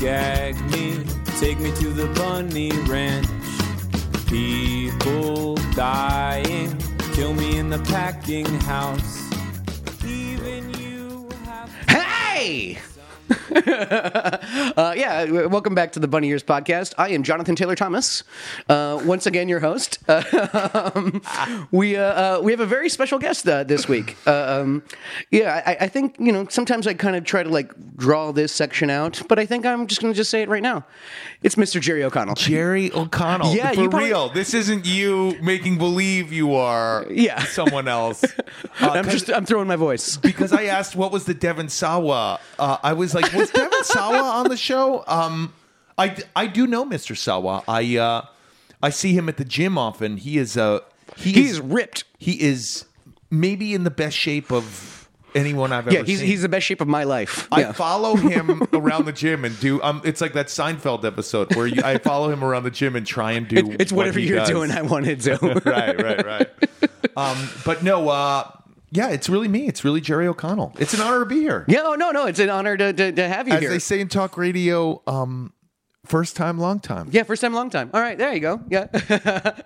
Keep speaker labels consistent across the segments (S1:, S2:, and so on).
S1: gag me, take me to the bunny ranch. People dying, kill me in the packing house. Even you have.
S2: Hey! uh, yeah, w- welcome back to the Bunny Ears podcast. I am Jonathan Taylor Thomas, uh, once again your host. Uh, um, we uh, uh, we have a very special guest uh, this week. Uh, um, yeah, I, I think you know sometimes I kind of try to like draw this section out, but I think I'm just going to just say it right now. It's Mr. Jerry O'Connell.
S3: Jerry O'Connell.
S2: Yeah,
S3: for
S2: you probably-
S3: real. This isn't you making believe you are
S2: Yeah.
S3: someone else. Uh,
S2: I'm
S3: 'cause-
S2: just I'm throwing my voice.
S3: because I asked what was the Devon Sawa. Uh, I was like, was Devon Sawa on the show? Um, I I do know Mr. Sawa. I uh, I see him at the gym often. He is a he
S2: He's
S3: is,
S2: ripped.
S3: he is maybe in the best shape of anyone I've ever
S2: Yeah, he's
S3: seen.
S2: he's the best shape of my life.
S3: I
S2: yeah.
S3: follow him around the gym and do. Um, it's like that Seinfeld episode where you, I follow him around the gym and try and do.
S2: It's
S3: what
S2: whatever
S3: he
S2: you're
S3: does.
S2: doing. I wanted to.
S3: right, right, right. Um, but no, uh, yeah, it's really me. It's really Jerry O'Connell. It's an honor to be here.
S2: yeah, oh, no, no. It's an honor to, to, to have you
S3: As
S2: here.
S3: they say in talk radio, um, first time, long time.
S2: Yeah, first time, long time. All right, there you go. Yeah.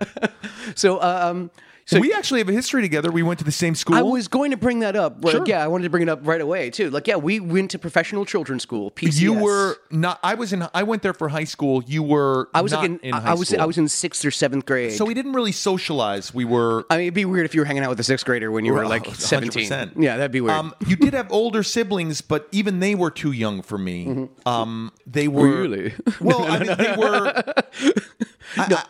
S2: so, um, so
S3: we actually have a history together. We went to the same school.
S2: I was going to bring that up. Like,
S3: Sure.
S2: Yeah, I wanted to bring it up right away too. Like, yeah, we went to professional children's school. PCS.
S3: you were not. I was in. I went there for high school. You were.
S2: I was
S3: not
S2: like in,
S3: high
S2: I was
S3: school.
S2: I was in sixth or seventh grade.
S3: So we didn't really socialize. We were.
S2: I mean, it'd be weird if you were hanging out with a sixth grader when you were
S3: Well,
S2: like 17.
S3: 100%.
S2: Yeah, that'd be weird.
S3: Um, you did have older siblings, but even they were too young for me. Um, they were
S2: Mm-hmm. Really?
S3: well. I mean, they were. I, I,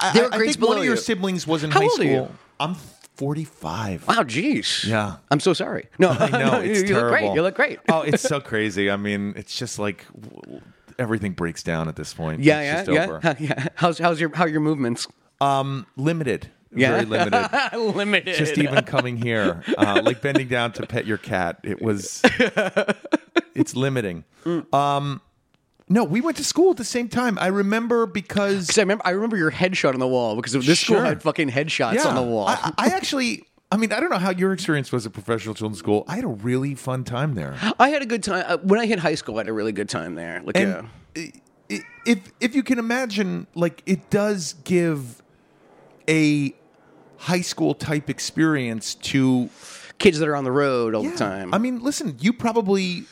S3: I,
S2: They were
S3: I
S2: grades
S3: think one
S2: below
S3: of your
S2: you.
S3: siblings was in
S2: How
S3: high
S2: old are
S3: school.
S2: you?
S3: I'm 45.
S2: wow, jeez.
S3: Yeah.
S2: I'm so sorry. No,
S3: I know it's
S2: you, you look great.
S3: terrible.
S2: You look great.
S3: oh, it's so crazy. I mean, it's just like w- w- everything breaks down at this point.
S2: yeah,
S3: It's just
S2: yeah,
S3: over.
S2: yeah. yeah. How's how's your how are your movements?
S3: Um, limited.
S2: Yeah.
S3: Very limited.
S2: Limited.
S3: just even coming here, uh, like bending down to pet your cat, it was it's limiting. Um, no, we went to school at the same time. I remember because
S2: Because I remember, I remember your headshot on the wall because this school
S3: Sure.
S2: had fucking headshots on the wall.
S3: I, I actually, I mean, I don't know how your experience was at professional children's school. I had a really fun time there.
S2: I had a good time uh, when I hit high school. I had a really good time there. Like, yeah,
S3: And i- i- if if you can imagine, like it does give a high school type experience to
S2: kids that are on the road all the
S3: Yeah.
S2: time.
S3: I mean, listen, you probably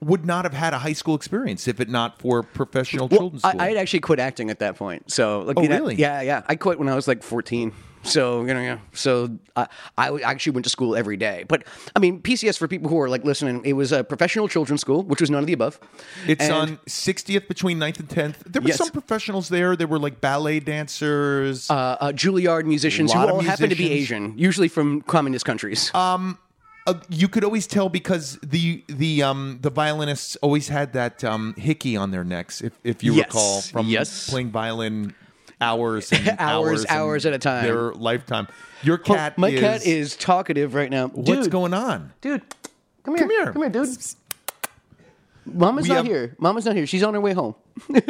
S3: would not have had a high school experience if it not for professional children's
S2: I,
S3: school.
S2: I had actually quit acting at that point. So, like,
S3: Oh,
S2: you know,
S3: really?
S2: Yeah, yeah. I quit when I was like 14. So, you know, yeah. So I I w- actually went to school every day. But I mean, PCS for people who are like listening, it was a professional children's school, which was none of the above.
S3: it's
S2: And-
S3: on 60th between 9th and 10th. There were
S2: Yes.
S3: some professionals there. There were like ballet dancers.
S2: uh, uh, Juilliard musicians who
S3: Lot of
S2: all happen to be
S3: musicians.
S2: Asian, usually from communist countries.
S3: Uh, you could always tell because the the um the violinists always had that um hickey on their necks if if you
S2: Yes.
S3: recall from
S2: Yes.
S3: playing violin hours and
S2: Hours,
S3: hours and
S2: hours at a time.
S3: their lifetime your
S2: Oh,
S3: cat
S2: my
S3: is,
S2: cat is talkative right now.
S3: what's
S2: Dude,
S3: going on
S2: dude. Come here.
S3: Come here.
S2: Come here, dude. Mama's
S3: We
S2: not
S3: have-
S2: here. Mama's not here. She's on her way home.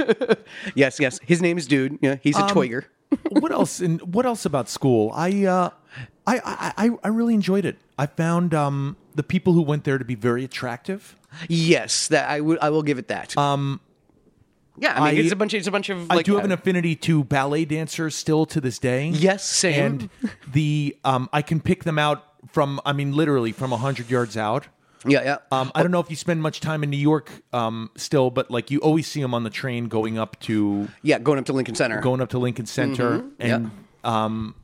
S2: yes, yes. His name is Dude. Yeah, he's a Toyger.
S3: what else in what else about school i uh I, I I- i really enjoyed it i found um the people who went there to be very attractive
S2: Yes, that I would. I will give it that. Um. Yeah, I mean,
S3: I-
S2: it's a bunch. It's a bunch of. Like,
S3: i do have an
S2: uh,
S3: affinity to ballet dancers still to this day
S2: Yes, same.
S3: and the um i can pick them out from i mean literally from 100 yards out
S2: yeah, yeah.
S3: um, I don't know if you spend much time in New York um, still, but like you always see them on the train going up to
S2: yeah, going up to Lincoln Center.
S3: going up to Lincoln Center,
S2: Mm-hmm.
S3: and
S2: yeah.
S3: um,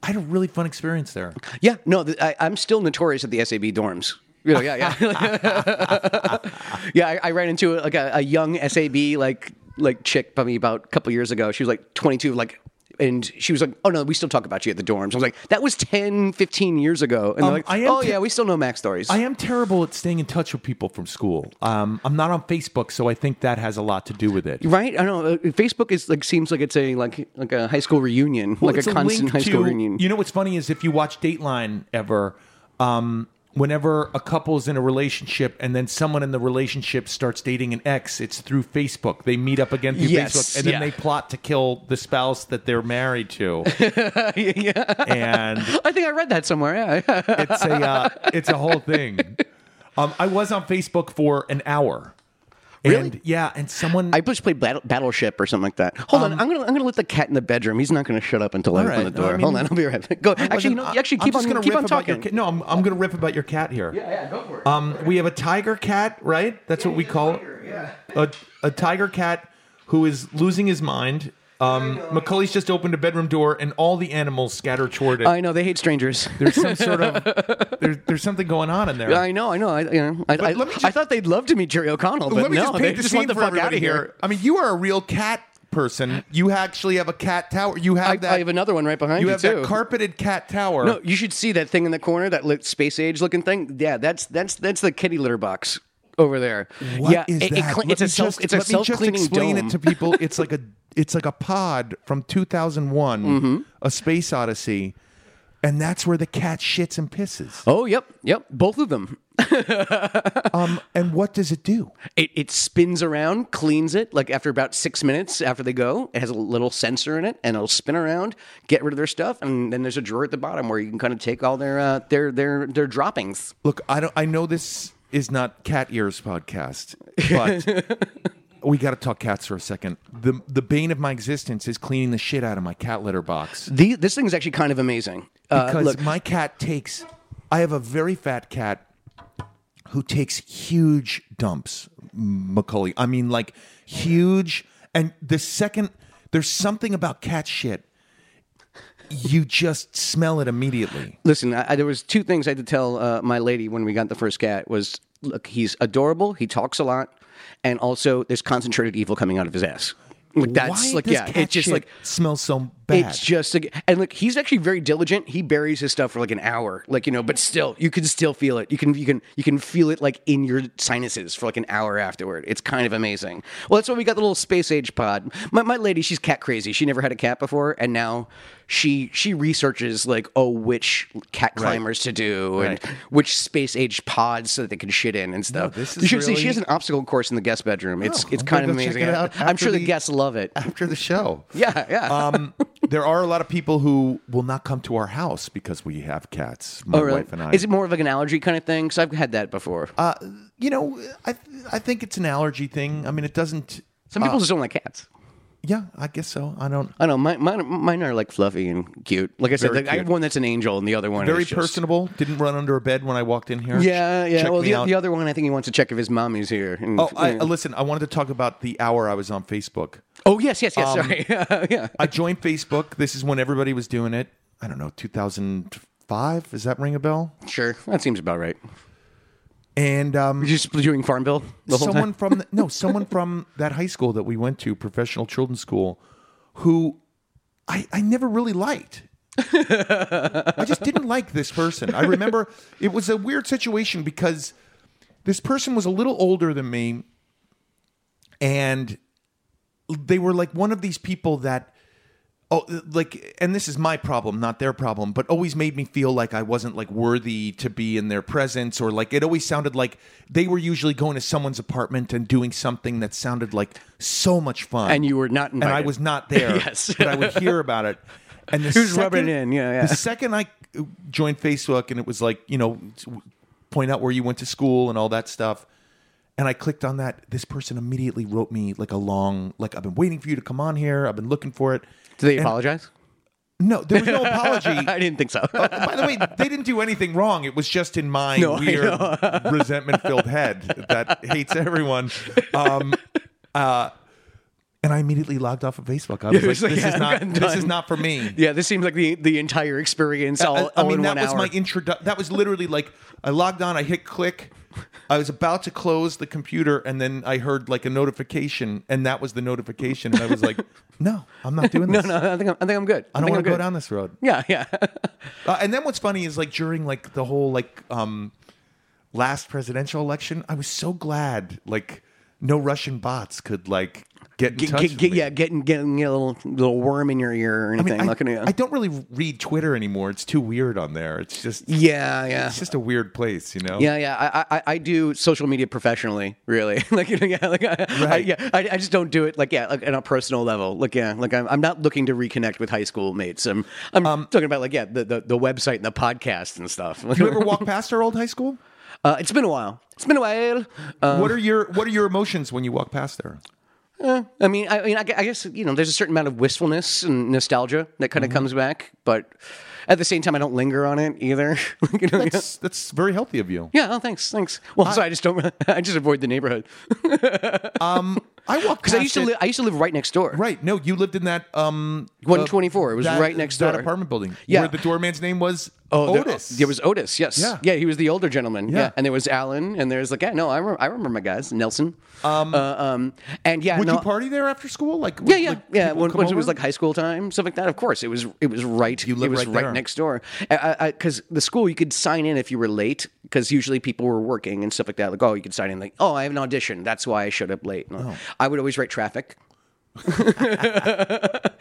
S3: I had a really fun experience there.
S2: yeah, no, th- I, I'm still notorious at the SAB dorms. You know, yeah, yeah, yeah. I, I ran into like a, a young SAB like like chick, probably about a couple years ago. She was like 22, like. And she was like, "Oh no, we still talk about you at the dorms." I was like, "That was 10, 15 years ago." And
S3: Um,
S2: they're like,
S3: I am
S2: "Oh
S3: t-
S2: yeah, we still know Mac stories."
S3: I am terrible at staying in touch with people from school. Um, I'm not on Facebook, so I think that has a lot to do with it.
S2: Right? I don't know. uh, Facebook is like seems like it's a like like a high school reunion,
S3: Well,
S2: like
S3: it's
S2: a constant
S3: link
S2: high school
S3: to-
S2: reunion.
S3: You know what's funny is if you watch Dateline ever, um, whenever a couple's in a relationship and then someone in the relationship starts dating an ex, it's through Facebook. They meet up again through
S2: Yes,
S3: Facebook, and then
S2: yeah.
S3: they plot to kill the spouse that they're married to.
S2: yeah.
S3: and
S2: I think I read that somewhere. Yeah.
S3: it's a uh, it's a whole thing. Um, I was on Facebook for an hour. And yeah, and someone
S2: I just played Battle, Battleship or something like that. Hold on, I'm gonna I'm gonna let the cat in the bedroom. He's not gonna shut up until I
S3: Um, right.
S2: open the
S3: No,
S2: door.
S3: I mean-
S2: Hold on, I'll be right back. Go. Actually, you know,
S3: I-
S2: actually
S3: I'm
S2: keep
S3: just
S2: on
S3: gonna
S2: keep
S3: riff
S2: on
S3: about your
S2: talking.
S3: cat. No, I'm, I'm going to rip about your cat here. Yeah, yeah, go for it. Um, we have a tiger cat, right? That's what we call it. A, a tiger cat who is losing his mind. Um, Macaulay's just opened a bedroom door, and all the animals scatter toward it.
S2: I know they hate strangers.
S3: there's some sort of there's there's something going on in there.
S2: I know, I know. I, you know, I, I,
S3: let me just-
S2: I thought they'd love to meet Jerry O'Connell, but
S3: Let me
S2: no,
S3: just
S2: they
S3: paint the
S2: just
S3: scene
S2: want the
S3: for
S2: fuck out
S3: everybody
S2: of here.
S3: here. I mean, you are a real cat person. You actually have a cat tower. You have
S2: I,
S3: that.
S2: I have another one right behind you,
S3: you have
S2: too.
S3: that carpeted cat tower.
S2: No, you should see that thing in the corner, that look, space age looking thing. Yeah, that's that's that's the kitty litter box over there.
S3: What
S2: yeah,
S3: is
S2: it, it
S3: that?
S2: cle-
S3: Let
S2: it's a
S3: me
S2: self
S3: just-
S2: it's a
S3: let me
S2: self
S3: just
S2: cleaning
S3: explain
S2: dome.
S3: it to people. It's like a it's like a pod from 2001,
S2: Mm-hmm.
S3: a space odyssey, and that's where the cat shits and pisses.
S2: oh, yep, yep, both of them.
S3: Um, and what does it do?
S2: It, it spins around, cleans it. Like after about six minutes after they go, it has a little sensor in it, and it'll spin around, get rid of their stuff, and then there's a drawer at the bottom where you can kind of take all their uh, their their their droppings.
S3: Look, I don't. I know this is not cat ears podcast, but we got to talk cats for a second. the The bane of my existence is cleaning the shit out of my cat litter box.
S2: The, this thing's actually kind of amazing. Uh,
S3: because
S2: look,
S3: my cat takes i have a very fat cat who takes huge dumps M- macaulay i mean like huge and the second there's something about cat shit you just smell it immediately
S2: Listen, I, I, there was two things I had to tell uh, my lady when we got the first cat was look, he's adorable, he talks a lot, and also there's concentrated evil coming out of his ass. Like that's
S3: Why
S2: like
S3: does
S2: yeah,
S3: cat
S2: it's just
S3: shit
S2: like
S3: smells so bad
S2: it's just like and look, he's actually very diligent. He buries his stuff for like an hour, like you know, but still you can still feel it. You can you can you can feel it like in your sinuses for like an hour afterward. It's kind of amazing. Well, that's why we got the little space age pod. My my lady, she's cat crazy. She never had a cat before, and now she she researches like oh which cat climbers to do and
S3: Right.
S2: which space age pods so that they can shit in and stuff.
S3: this
S2: you
S3: is
S2: should see
S3: really-
S2: she has an obstacle course in the guest bedroom. It's
S3: Oh,
S2: it's
S3: I'm
S2: kind
S3: gonna
S2: of
S3: go check
S2: amazing.
S3: it out
S2: I'm
S3: after
S2: sure the,
S3: the-
S2: guests love it.
S3: after the show
S2: Yeah, yeah.
S3: um, there are a lot of people who will not come to our house because we have cats my
S2: Oh, really?
S3: wife and i
S2: Is it more of like an allergy kind of thing? Because I've had that before.
S3: uh, you know I, I think it's an allergy thing i mean it doesn't
S2: Some people just don't like cats.
S3: Yeah, I guess so. I don't.
S2: I know mine, mine, mine are like fluffy and cute. Like I said,
S3: Very
S2: like, I have
S3: cute.
S2: one that's an angel and the other one
S3: Very
S2: is just-
S3: personable. Didn't run under a bed when I walked in here.
S2: Yeah, yeah.
S3: Checked
S2: well,
S3: me
S2: the,
S3: out.
S2: the other one, I think he wants to check if his mommy's here. and-
S3: Oh, I,
S2: yeah.
S3: uh, listen. I wanted to talk about the hour I was on Facebook.
S2: oh, yes, yes, yes.
S3: Um,
S2: sorry. yeah.
S3: I joined Facebook. This is when everybody was doing it. I don't know, 2005. Does that ring a bell?
S2: Sure. That seems about right.
S3: And um,
S2: You're just doing Farmville the whole
S3: someone
S2: time?
S3: from the, no, someone from that high school that we went to, professional children's school, who I, I never really liked. I just didn't like this person. I remember it was a weird situation because this person was a little older than me, and they were like one of these people that oh like and this is my problem not their problem but always made me feel like i wasn't like worthy to be in their presence or like it always sounded like they were usually going to someone's apartment and doing something that sounded like so much fun
S2: And you were not
S3: and i
S2: invited.
S3: was not there
S2: Yes.
S3: but i would hear about it and the
S2: was rubbing
S3: second-
S2: it in, yeah, yeah.
S3: the second i joined facebook and it was like you know point out where you went to school and all that stuff and I clicked on that. This person immediately wrote me like a long, like I've been waiting for you to come on here. I've been looking for it.
S2: Do they apologize?
S3: No, there was no apology.
S2: I didn't think so.
S3: By the way, they didn't do anything wrong. It was just in my
S2: No, I
S3: weird, resentment-filled head that hates everyone. Um, uh, and I immediately logged off of Facebook. I was,
S2: was
S3: like,
S2: like,
S3: "This
S2: yeah, I'm
S3: is not. This is
S2: done.
S3: not for me."
S2: yeah, this seems like the, the entire experience all,
S3: I- I
S2: all
S3: mean,
S2: in
S3: that
S2: one
S3: was
S2: hour.
S3: my intro. That was literally like I logged on, I hit click, I was about to close the computer, and then I heard like a notification, and that was the notification, and I was like, "No, I'm not doing
S2: no,
S3: this.
S2: no, I think I'm, I think I'm good.
S3: I don't
S2: think I'm
S3: want to go
S2: good.
S3: down this road."
S2: Yeah, yeah.
S3: Uh, and then what's funny is like during like the whole like um last presidential election, I was so glad like no Russian bots could like get in
S2: Get-
S3: touch.
S2: get-
S3: with
S2: get-
S3: me.
S2: yeah, getting getting a little little worm in your ear or
S3: I
S2: anything.
S3: mean, I,
S2: looking at you.
S3: I don't really read Twitter anymore. It's too weird on there. It's just
S2: yeah, yeah.
S3: it's just a weird place, you know.
S2: Yeah, yeah. I, I- I I do social media professionally, really. like, you know, yeah, like I, I,
S3: Right.
S2: yeah. I, I just don't do it like yeah, like on a personal level. Like yeah, like I'm, I'm not looking to reconnect with high school mates. I'm
S3: Um,
S2: I'm talking about like yeah, the, the the website and the podcast and stuff.
S3: Do you ever walk past our old high school?
S2: Uh, it's been a while. It's been a while. Uh,
S3: what are your What are your emotions when you walk past there?
S2: I mean, I, I mean, I, gu- I guess you know, there's a certain amount of wistfulness and nostalgia that kind of
S3: Mm-hmm.
S2: comes back, but at the same time, I don't linger on it either. you know, yeah.
S3: That's, that's very healthy of you.
S2: Yeah, oh, thanks, thanks. Well, so I just don't. I just avoid the neighborhood
S3: I walk
S2: because I used to live. I used to live right next door.
S3: Right. No, you lived in that um uh,
S2: 124. It was
S3: that-
S2: right next
S3: that
S2: door.
S3: apartment building.
S2: Yeah.
S3: Where the doorman's name was
S2: Oh, there-
S3: Otis.
S2: There was Otis. Yes.
S3: Yeah.
S2: Yeah. He was the older gentleman. Yeah.
S3: Yeah.
S2: And there was Alan. And there's like, yeah, no, I, rem- I remember my guys, Nelson. Um. um and yeah.
S3: Would
S2: no,
S3: you party there after school? Like would,
S2: Yeah, yeah,
S3: like,
S2: yeah.
S3: people
S2: When,
S3: come
S2: once it
S3: over?
S2: was like high school time, stuff like that. Of course, it was. It was right.
S3: You live
S2: it was
S3: right
S2: right,
S3: there.
S2: next door. Because the school, you could sign in if you were late. Because usually people were working and stuff like that. Like, oh, you could sign in. Like, oh, I have an audition. That's why I showed up late. And
S3: Oh.
S2: I would always write traffic.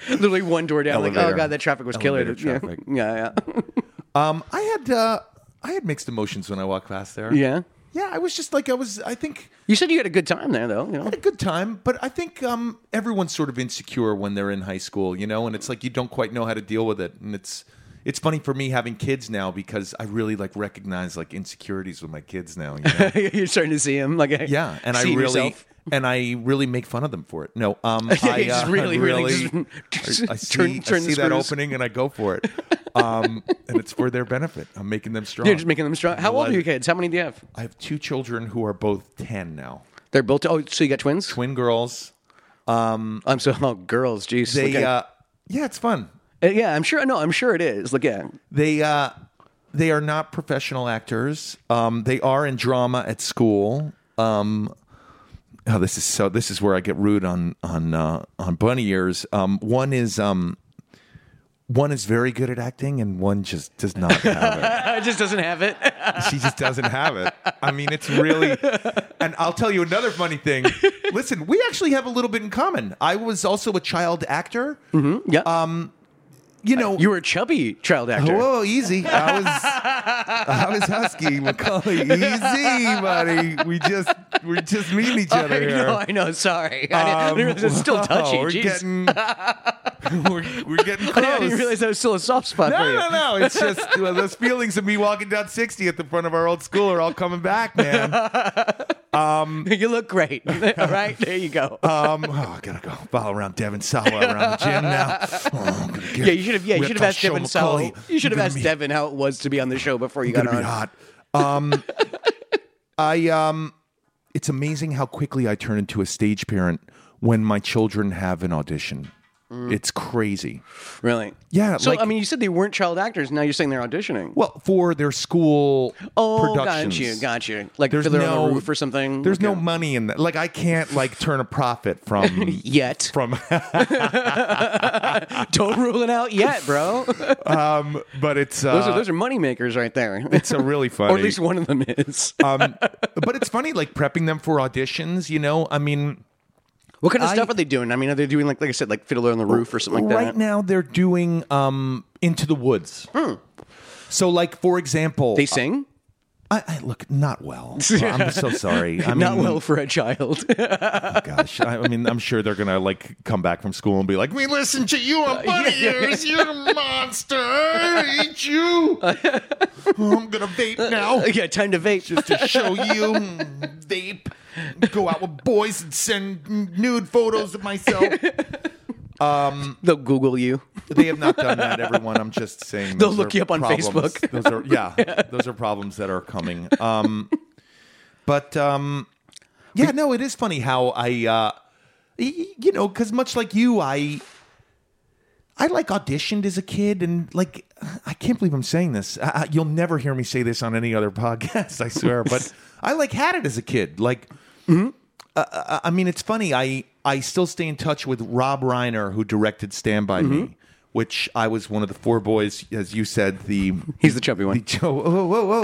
S2: Literally one door down. Like,
S3: Elevator.
S2: oh god, that traffic was killer.
S3: Elevator traffic.
S2: Yeah, yeah, yeah.
S3: um I had uh I had mixed emotions when I walked past there.
S2: Yeah.
S3: Yeah, I was just like I was I think
S2: You said you had a good time there, though. You know.
S3: had a good time, but I think um, everyone's sort of insecure when they're in high school, you know, and it's like you don't quite know how to deal with it. And it's it's funny for me having kids now because I really like recognize like insecurities with my kids now. You know?
S2: You're starting to see him, like
S3: yeah, and I
S2: seeing
S3: really
S2: yourself.
S3: and I really make fun of them for it. No, um,
S2: Yeah,
S3: I
S2: you just
S3: uh,
S2: really,
S3: I
S2: really, just
S3: I see,
S2: turn, turn
S3: I
S2: the
S3: see that
S2: screws.
S3: opening and I go for it. Um, and it's for their benefit. I'm making them strong.
S2: You're just making them strong. How old are your kids? How many do you have?
S3: I have two children who are both ten now,
S2: They're both. Oh, so you got twins?
S3: twin girls.
S2: I'm so oh girls, jeez.
S3: They,
S2: Look at-
S3: uh, yeah, it's fun.
S2: Uh, yeah, I'm sure. No, I'm sure it is. Look, yeah,
S3: they uh they are not professional actors um they are in drama at school um oh this is so this is where i get rude on on uh on bunny ears um one is um one is very good at acting and one just does not have
S2: it just doesn't have it.
S3: it. She just doesn't have it. I mean, it's really. And I'll tell you another funny thing. Listen, we actually have a little bit in common. I was also a child actor.
S2: yeah,
S3: You know,
S2: Um, you were a chubby child actor.
S3: Whoa, easy. I was I was husky, Macaulay. Easy, buddy. We just we're just meeting each
S2: I
S3: other here.
S2: know, I know. Sorry, I didn't, I realize it's still
S3: wow,
S2: touchy.
S3: We're
S2: jeez.
S3: getting we're, we're getting close.
S2: I didn't realize that was still a soft spot for
S3: no,
S2: you.
S3: no, no. It's just well, those feelings of me walking down 60 at the front of our old school are all coming back, man.
S2: You look great. All right, there you go.
S3: Um, oh, I gotta go follow around Devin Sawa around the gym now. Oh, I'm gonna get-
S2: yeah, you should have. Yeah,
S3: we
S2: you should
S3: to
S2: have asked
S3: show
S2: Devin.
S3: Macaulay.
S2: So you should have
S3: I'm gonna
S2: asked
S3: meet
S2: Devin how it was to be on the show before you got
S3: gonna
S2: on.
S3: be hot. Um, I um, it's amazing how quickly I turn into a stage parent when my children have an audition.
S2: Mm.
S3: It's crazy.
S2: Really?
S3: Yeah,
S2: So
S3: like-
S2: I mean, you said they weren't child actors. Now you're saying they're auditioning.
S3: Well, for their school
S2: Oh,
S3: productions,
S2: got you, got you. Like
S3: There's
S2: for their
S3: no-
S2: own roof or something.
S3: there's
S2: Okay.
S3: no money in that. Like I can't like turn a profit from
S2: yet.
S3: from.
S2: Don't rule it out yet, bro.
S3: um, but it's uh,
S2: Those are those are money makers right there.
S3: it's a really funny.
S2: or at least one of them is.
S3: um, but it's funny, like prepping them for auditions. You know, I mean,
S2: what kind of
S3: I-
S2: stuff are they doing? I mean, are they doing like like I said, like Fiddler on the Roof or something like
S3: right
S2: that?
S3: now they're doing um Into the Woods. So like for example,
S2: Hmm. they sing
S3: I, I look not well. I'm so sorry. I mean,
S2: not well for a child.
S3: Gosh, I, I mean, I'm sure they're gonna like come back from school and be like, "We listen to you on Bunny Ears. You're a monster. I hate you. Oh, I'm gonna vape now
S2: yeah, time to vape.
S3: just to show you mm, vape. Go out with boys and send nude photos of myself.
S2: They'll Google you.
S3: They have not done that, everyone. I'm just saying.
S2: They'll
S3: those
S2: look
S3: are
S2: you up on
S3: problems.
S2: Facebook.
S3: Those are yeah, those are problems that are coming. Um, but um, yeah, no, it is funny how I, uh, y- you know, because much like you, I, I like auditioned as a kid, and like I can't believe I'm saying this. I, I, you'll never hear me say this on any other podcast, I swear. But I like had it as a kid, like.
S2: Mm-hmm.
S3: uh, I- I mean, it's funny. I I still stay in touch with Rob Reiner, who directed Stand by
S2: Mm-hmm.
S3: Me, which I was one of the four boys, as you said. The
S2: He's the chubby one.
S3: Joe. Whoa, whoa, whoa, whoa,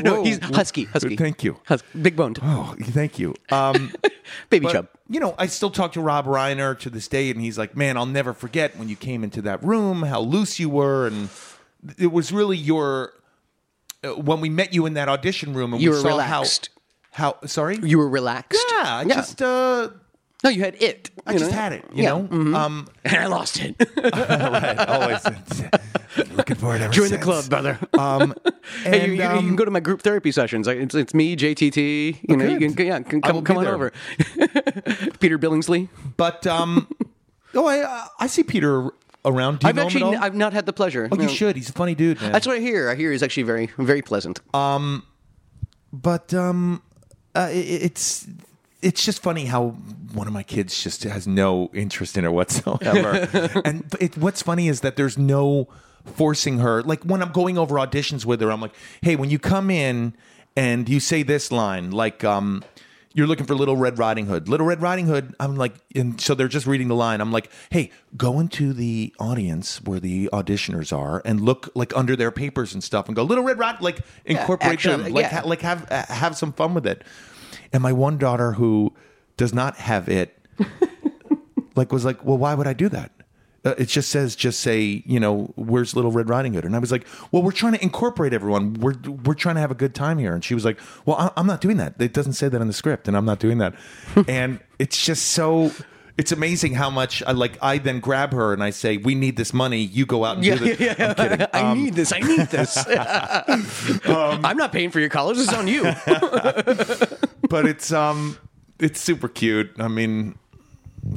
S2: no,
S3: whoa.
S2: he's husky, husky.
S3: Thank you.
S2: Hus- big boned,
S3: Oh, thank you. Um,
S2: baby
S3: but,
S2: chub.
S3: You know, I still talk to Rob Reiner to this day, and he's like, "Man, I'll never forget when you came into that room, how loose you were, and it was really your uh, when we met you in that audition room, and
S2: You
S3: we
S2: were
S3: saw
S2: relaxed.
S3: how how sorry
S2: You were relaxed.
S3: yeah, I just uh,
S2: No, you had it.
S3: I
S2: you
S3: just
S2: know?
S3: had it, you
S2: Yeah. Mm-hmm.
S3: know. Um,
S2: and I lost it.
S3: right, always Been looking for it. Ever
S2: Join the
S3: since.
S2: club, brother.
S3: Um, and,
S2: Hey, you, you, you
S3: um,
S2: can go to my group therapy sessions. Like, It's, it's me, JTT. You know, you
S3: good.
S2: can yeah, can
S3: I will
S2: come come on
S3: be there.
S2: over. Peter Billingsley.
S3: but um, oh, I I see Peter around. Do you
S2: I've
S3: know
S2: actually
S3: him
S2: n-
S3: at all?
S2: I've not had the pleasure.
S3: oh, you
S2: No.
S3: should. He's a funny dude. Man.
S2: That's what I hear. I hear he's actually very very pleasant.
S3: but um, uh, i- i it's it's just funny how one of my kids just has no interest in her whatsoever. and it, what's funny is that there's no forcing her. Like when I'm going over auditions with her, I'm like, hey, when you come in and you say this line, like um. You're looking for Little Red Riding Hood. Little Red Riding Hood. I'm like, and so they're just reading the line. I'm like, hey, go into the audience where the auditioners are and look like under their papers and stuff, and go Little Red Riding. Like incorporate
S2: actually,
S3: them. Like
S2: yeah.
S3: ha- like have uh, have some fun with it. And my one daughter who does not have it, like was like, well, why would I do that? Uh, it just says, just say, you know, where's Little Red Riding Hood? And I was like, well, we're trying to incorporate everyone. We're we're trying to have a good time here. And she was like, well, I, I'm not doing that. It doesn't say that in the script, and I'm not doing that. and it's just so. It's amazing how much I like. I then grab her and I say, "We need this money. You go out and do this." I'm kidding.
S2: I need this. I need this. I'm not paying for your college. It's on you.
S3: but it's um it's super cute. I mean,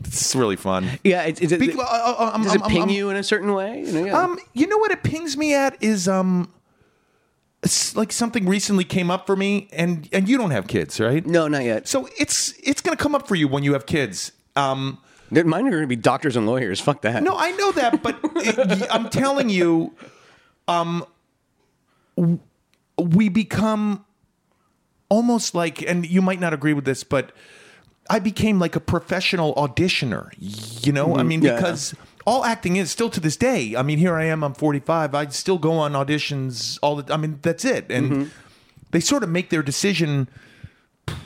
S3: it's really fun.
S2: yeah. It, it,
S3: Be- uh, uh, uh, um,
S2: does it
S3: um,
S2: ping
S3: um,
S2: you in a certain way? You know, yeah.
S3: Um, you know what it pings me at is um it's like something recently came up for me and and you don't have kids, right?
S2: no, not yet.
S3: So it's it's going to come up for you when you have kids. Um
S2: They're- Mine are going to be doctors and lawyers. Fuck that.
S3: No, I know that, but it, I'm telling you, um, w- we become almost like, and you might not agree with this, but I became like a professional auditioner. You know, I mean,
S2: Yeah, yeah.
S3: because all acting is still to this day. I mean, here I am, I'm 45. I still go on auditions all the. I mean, that's it, and they sort of make their decision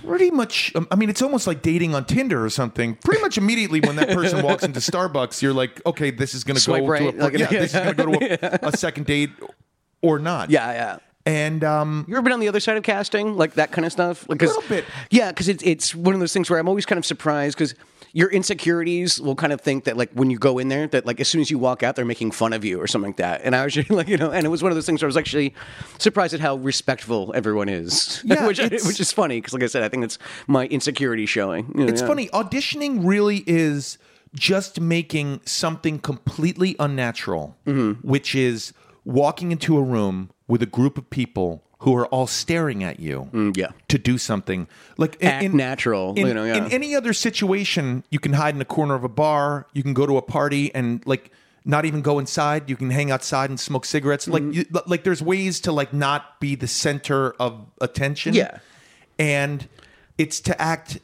S3: pretty much um, i mean it's almost like dating on tinder or something pretty much immediately when that person walks into starbucks you're like okay this is going to
S2: Swipe
S3: go to a,
S2: right,
S3: fir-
S2: like-
S3: yeah, this is going to go to a, a second date or not
S2: Yeah, yeah.
S3: and um
S2: You ever been on the other side of casting, like that kind of stuff? Like, 'cause-
S3: little bit.
S2: Yeah, because it's it's one of those things where I'm always kind of surprised because your insecurities will kind of think that like when you go in there that like as soon as you walk out they're making fun of you or something like that. And I was just, like you know, and it was one of those things where I was actually surprised at how respectful everyone is,
S3: Yeah,
S2: which
S3: it's-
S2: which is funny because like I said, I think it's my insecurity showing. you know,
S3: it's
S2: yeah.
S3: funny auditioning really is just making something completely unnatural
S2: Mm-hmm.
S3: which is walking into a room with a group of people who are all staring at you
S2: yeah.
S3: to do something like in,
S2: Act natural,
S3: in,
S2: you know, yeah.
S3: in any other situation you can hide in a corner of a bar you can go to a party and like not even go inside you can hang outside and smoke cigarettes
S2: Mm-hmm.
S3: like you, like there's ways to like not be the center of attention
S2: Yeah.
S3: and it's to act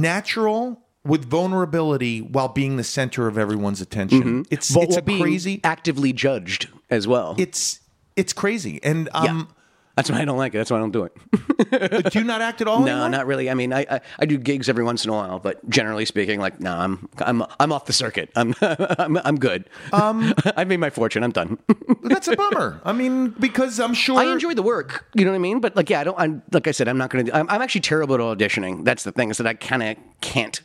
S3: natural with vulnerability while being the center of everyone's attention it's
S2: Mm-hmm. But
S3: it's
S2: while
S3: a
S2: being
S3: crazy
S2: actively judged as well.
S3: it's it's crazy and
S2: yeah.
S3: um
S2: That's why I don't like it. That's why I don't do it.
S3: do you not act at all
S2: No,
S3: anymore?
S2: not really. I mean, I, I I do gigs every once in a while, but generally speaking, like, no, I'm I'm I'm off the circuit. I'm I'm, I'm good. Um, I made my fortune. I'm done.
S3: that's a bummer i mean because i'm sure
S2: I enjoy the work. You know what I mean? But like, yeah, I don't. I'm like I said, I'm not gonna. do- I'm, I'm actually terrible at auditioning. That's the thing is that I kind of can't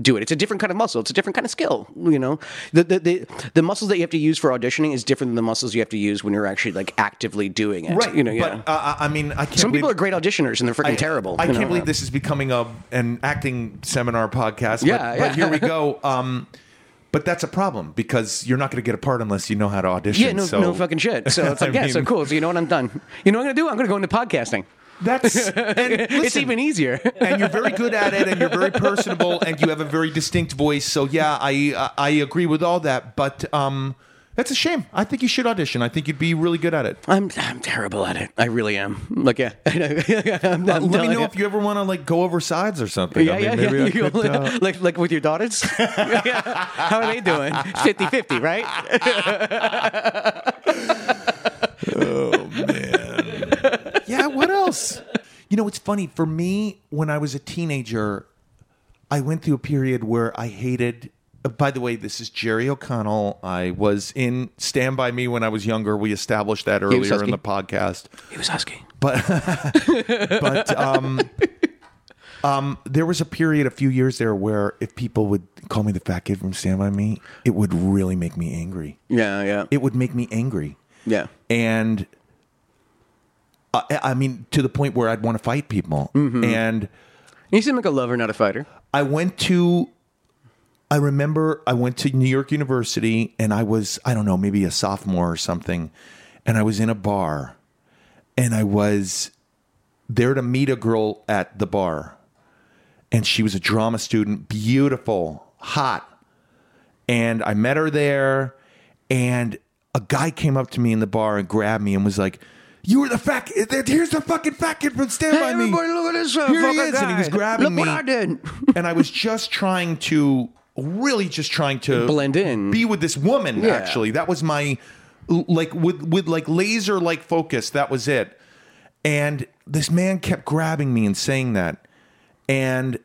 S2: do it. It's a different kind of muscle. It's a different kind of skill. You know, the the, the the muscles that you have to use for auditioning is different than the muscles you have to use when you're actually like actively doing it.
S3: right
S2: You know.
S3: but
S2: yeah.
S3: uh, I- i mean i can't
S2: Some people
S3: believe-
S2: are great auditioners and they're freaking
S3: I-
S2: terrible.
S3: I
S2: you
S3: can't
S2: know?
S3: believe this is becoming a an acting seminar podcast. but-
S2: Yeah, yeah.
S3: but, here we go. Um, but that's a problem because you're not going to get a part unless you know how to audition.
S2: Yeah, no,
S3: so
S2: no fucking shit. So it's like, yeah,
S3: I
S2: so
S3: mean-
S2: cool. So you know what? I'm done. You know what I'm gonna do? I'm gonna go into podcasting.
S3: That's and
S2: it's
S3: listen,
S2: even easier.
S3: and you're very good at it, and you're very personable, and you have a very distinct voice. So yeah, I I agree with all that, but um, that's a shame. I think you should audition. I think you'd be really good at it.
S2: I'm I'm terrible at it. I really am. Like, yeah, I know. I'm, I'm
S3: Let me
S2: telling
S3: know
S2: you.
S3: if you ever want to like go over sides or something.
S2: Yeah,
S3: I mean,
S2: yeah,
S3: maybe
S2: yeah.
S3: I
S2: You
S3: could,
S2: go-
S3: uh,
S2: like, like with your daughters? Yeah. How are they doing? 50 50, right?
S3: yeah, what else? You know, it's funny. For me, when I was a teenager, I went through a period where I hated. uh, By the way, this is Jerry O'Connell. I was in Stand By Me when I was younger. We established that
S2: was
S3: earlier
S2: husky.
S3: in the podcast.
S2: He was husky.
S3: But, but um, Um, there was a period, a few years there, where if people would call me the fat kid from Stand By Me, it would really make me angry.
S2: Yeah, yeah,
S3: It would make me angry.
S2: yeah.
S3: and I, I mean to the point where I'd want to fight people. And
S2: You seem like a lover, not a fighter.
S3: I went to, I remember I went to New York University, and I was I don't know maybe a sophomore or something, and I was in a bar, and I was there to meet a girl at the bar, and she was a drama student, beautiful, hot, and I met her there, and a guy came up to me in the bar and grabbed me and was like, "You were the fat. kid- Here's the fucking fat kid from Stand By Me."
S2: at this!
S3: Here he is, and he was grabbing
S2: Look
S3: me.
S2: what I did.
S3: and I was just trying to, really, just trying to
S2: Blend in.
S3: be with this woman.
S2: Yeah.
S3: Actually, that was my, like, with with like laser like focus. That was it. And this man kept grabbing me and saying that, and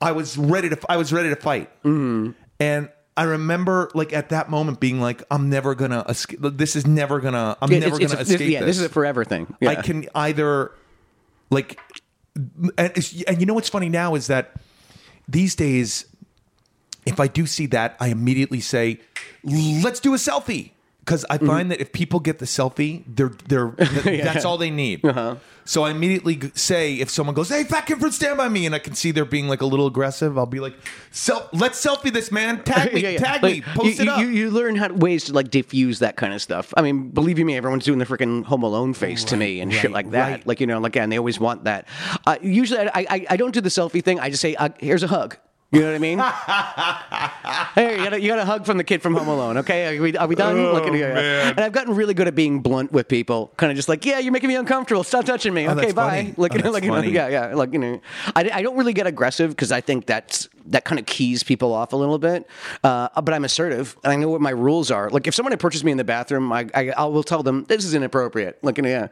S3: I was ready to, I was ready to fight.
S2: Mm-hmm.
S3: And I remember, like, at that moment, being like, "I'm never gonna, escape, this is never gonna, I'm
S2: Yeah,
S3: never
S2: it's- it's
S3: gonna
S2: a-
S3: escape
S2: this, yeah, this is a forever thing. Yeah.
S3: I can either like and, it's- and you know what's funny now is that these days if I do see that I immediately say let's do a selfie because
S2: Mm-hmm.
S3: I find that if people get the selfie they're they're th- that's all they need
S2: Uh-huh.
S3: so I immediately g- say if someone goes hey fat kid from stand by me and I can see they're being like a little aggressive I'll be like Sel- let's selfie this man tag me
S2: Yeah, yeah.
S3: tag me
S2: Like,
S3: post
S2: you,
S3: it up
S2: You, you learn how to, ways to like diffuse that kind of stuff. I mean, believe you me, everyone's doing the freaking Home Alone face to me and shit
S3: right,
S2: like that.
S3: right.
S2: Like you know, like and they always want that. Uh, usually, I, I I don't do the selfie thing. I just say, uh, "Here's a hug." You know what I mean? hey, you got, a, you got a hug from the kid from Home Alone. Okay, are we, are we done?
S3: Oh,
S2: Look at you. And I've gotten really good at being blunt with people. Kind of just like, yeah, you're making me uncomfortable. Stop touching me. okay,
S3: that's
S2: bye.
S3: funny.
S2: Like,
S3: Oh,
S2: you know,
S3: that's
S2: like you know,
S3: funny.
S2: yeah, yeah, like you know, I, I don't really get aggressive because I think that's that kind of keys people off a little bit. Uh, but I'm assertive and I know what my rules are. Like if someone approaches me in the bathroom, I I, I will tell them this is inappropriate. Like you know, yeah,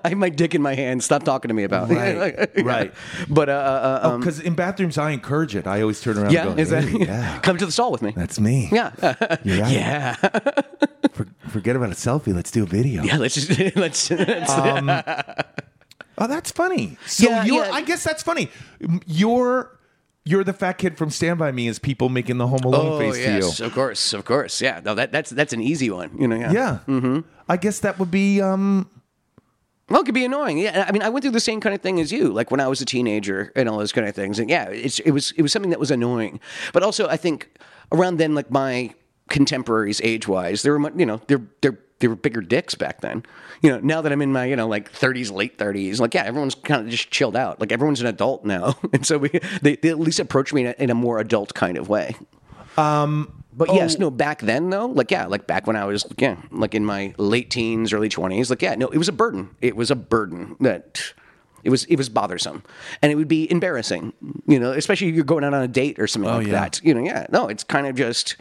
S2: I have my dick in my hand. Stop talking to me about it.
S3: Right,
S2: Yeah.
S3: right.
S2: But uh, uh, uh, um,
S3: because Oh, in bathrooms I encourage it I always turn around
S2: yeah,
S3: and go
S2: is that,
S3: "Hey, yeah
S2: come to the stall with me?
S3: that's me
S2: Yeah,
S3: You're right.
S2: yeah,
S3: For, forget about a selfie. Let's do a video.
S2: yeah. Let's just let's. let's
S3: Oh, that's funny. So
S2: Yeah,
S3: you're,
S2: yeah.
S3: I guess that's funny. M- You're, you're the fat kid from Stand By Me is people making the Home Alone face
S2: Oh, yes,
S3: to
S2: of course, of course. Yeah, no, that that's that's an easy one. You know,
S3: you. Yeah. Mm-hmm. I guess that would be, um,
S2: Well, it could be annoying. Yeah, I mean, I went through the same kind of thing as you, like when I was a teenager and all those kind of things. And yeah, it's, it was it was something that was annoying. But also, I think around then, like my contemporaries, age wise, they were mu- you know they're they're they were bigger dicks back then. You know, now that I'm in my you know like 30s, late 30s, like yeah, everyone's kind of just chilled out. Like everyone's an adult now, and so we they, they at least approach me in a, in a more adult kind of way. But yes, no, back then though, like yeah, like back when I was yeah, like in my late teens, early twenties, like yeah, no, it was a burden. It was a burden that it was it was bothersome, and it would be embarrassing, you know, especially if you're going out on a date or something like
S3: yeah.
S2: that. You know, yeah, no, it's kind of just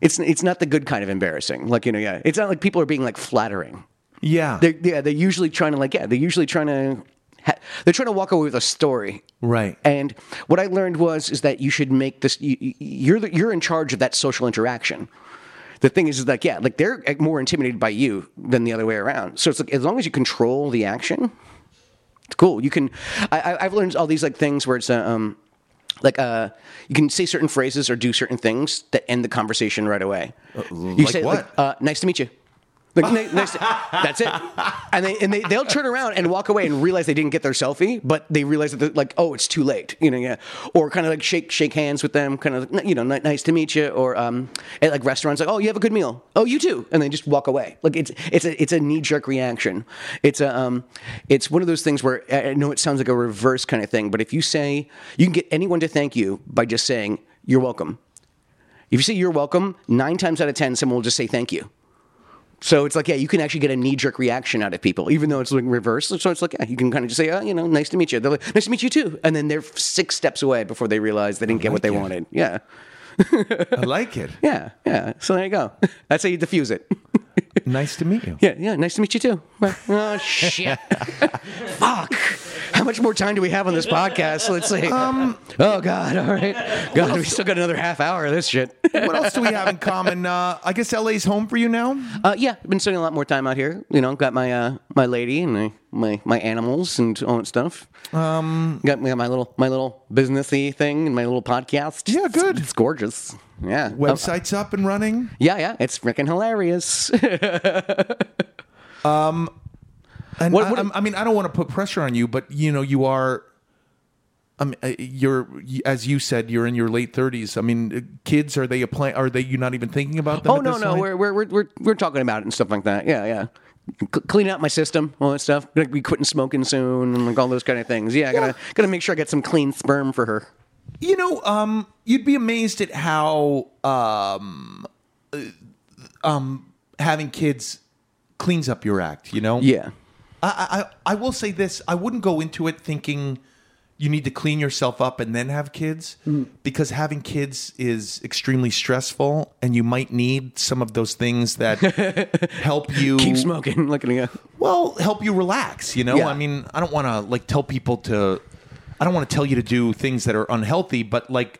S2: it's it's not the good kind of embarrassing. Like you know, yeah, it's not like people are being like flattering.
S3: yeah.
S2: They're, yeah, they're usually trying to like yeah, they're usually trying to ha- they're trying to walk away with a story,
S3: Right.
S2: and what I learned was is that you should make this. You, you- you're the, you're in charge of that social interaction. The thing is, is like yeah, like they're like, more intimidated by you than the other way around. So it's like as long as you control the action, it's cool. You can. I, I, I've learned all these like things where it's uh, um, like uh, you can say certain phrases or do certain things that end the conversation right away. you
S3: Uh, like
S2: say
S3: what?
S2: like uh, "Nice to meet you." Like, ni- nice to- that's it, and they and they they'll turn around and walk away and realize they didn't get their selfie, but they realize that they're like oh it's too late, you know yeah, or kind of like shake shake hands with them, kind of like, you know ni- nice to meet you, or um at like restaurants like oh you have a good meal, oh you too, and then just walk away. Like it's it's a it's a knee jerk reaction. It's a um it's one of those things where I I know it sounds like a reverse kind of thing, but if you say you can get anyone to thank you by just saying you're welcome, if you say you're welcome, nine times out of ten, someone will just say thank you. So it's like, yeah, you can actually get a knee jerk reaction out of people, even though it's like reverse. So it's like, yeah, you can kind of just say, oh, you know, nice to meet you. They're like, nice to meet you too. And then they're six steps away before they realize they didn't get what they
S3: like it.
S2: wanted. Yeah.
S3: I like it.
S2: Yeah. Yeah. So there you go. That's how you diffuse it.
S3: Nice to meet you.
S2: Yeah. Yeah. Nice to meet you too. Bye. Oh, shit. Fuck. How much more time do we have on this podcast? Let's see. Um, oh, God. All right. God, we still got another half hour of this shit.
S3: What else do we have in common? Uh, I guess LA's home for you now.
S2: Uh, yeah, I've been spending a lot more time out here. You know, got my uh, my lady and I, my my animals and all that stuff. Um, got, got my little my little businessy thing and my little podcast.
S3: Yeah,
S2: It's-
S3: good.
S2: It's, gorgeous. Yeah, Um,
S3: Website's up and running.
S2: yeah, yeah. It's freaking hilarious.
S3: And
S2: What-
S3: I,
S2: what-
S3: I'm- I mean, I don't want to put pressure on you, but you know, you are. I mean, uh, you're y- as you said, you're in your late 30s. I mean, uh, kids are they a plan? Are they you not even thinking about them?
S2: oh
S3: at
S2: no,
S3: this
S2: no,
S3: point?
S2: we're, we're we're we're we're talking about it and stuff like that. Yeah, yeah. C- clean out my system, all that stuff. Gonna be quitting smoking soon, and like all those kind of things. Yeah, I gotta gotta make sure I get some clean sperm for her.
S3: you know, um, you'd be amazed at how um, uh, um, having kids cleans up your act. You know,
S2: Yeah.
S3: I, I, I will say this: I wouldn't go into it thinking you need to clean yourself up and then have kids,
S2: Mm.
S3: because having kids is extremely stressful, and you might need some of those things that help you
S2: Keep smoking. Looking at you.
S3: well help you relax. You know,
S2: Yeah.
S3: I mean, I don't want to like tell people to, I don't want to tell you to do things that are unhealthy, but like,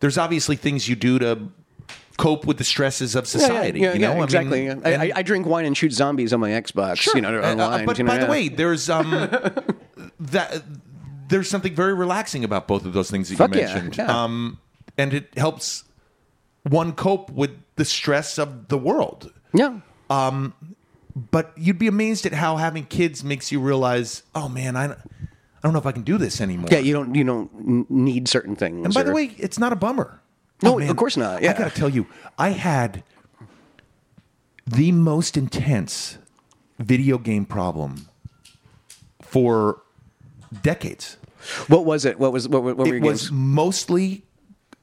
S3: there's obviously things you do to cope with the stresses of
S2: Yeah, yeah,
S3: society.
S2: Yeah,
S3: you know,
S2: yeah,
S3: I mean,
S2: exactly. I,
S3: and-
S2: I, I drink wine and shoot zombies on my Xbox. You know,
S3: Uh, uh,
S2: online.
S3: but
S2: you know,
S3: by
S2: yeah.
S3: the way, there's um that there's something very relaxing about both of those things that
S2: Fuck
S3: you
S2: yeah,
S3: mentioned.
S2: yeah.
S3: Um and it helps one cope with the stress of the world.
S2: yeah,
S3: But you'd be amazed at how having kids makes you realize, oh man, I I don't know if I can do this anymore.
S2: yeah, you don't you don't n- need certain things.
S3: And by the
S2: or-
S3: way, it's not a bummer. Oh,
S2: No, of course not, yeah.
S3: I gotta tell you, I had the most intense video game problem for decades.
S2: what was it? What was what, were- what were
S3: it
S2: your
S3: was
S2: games?
S3: mostly.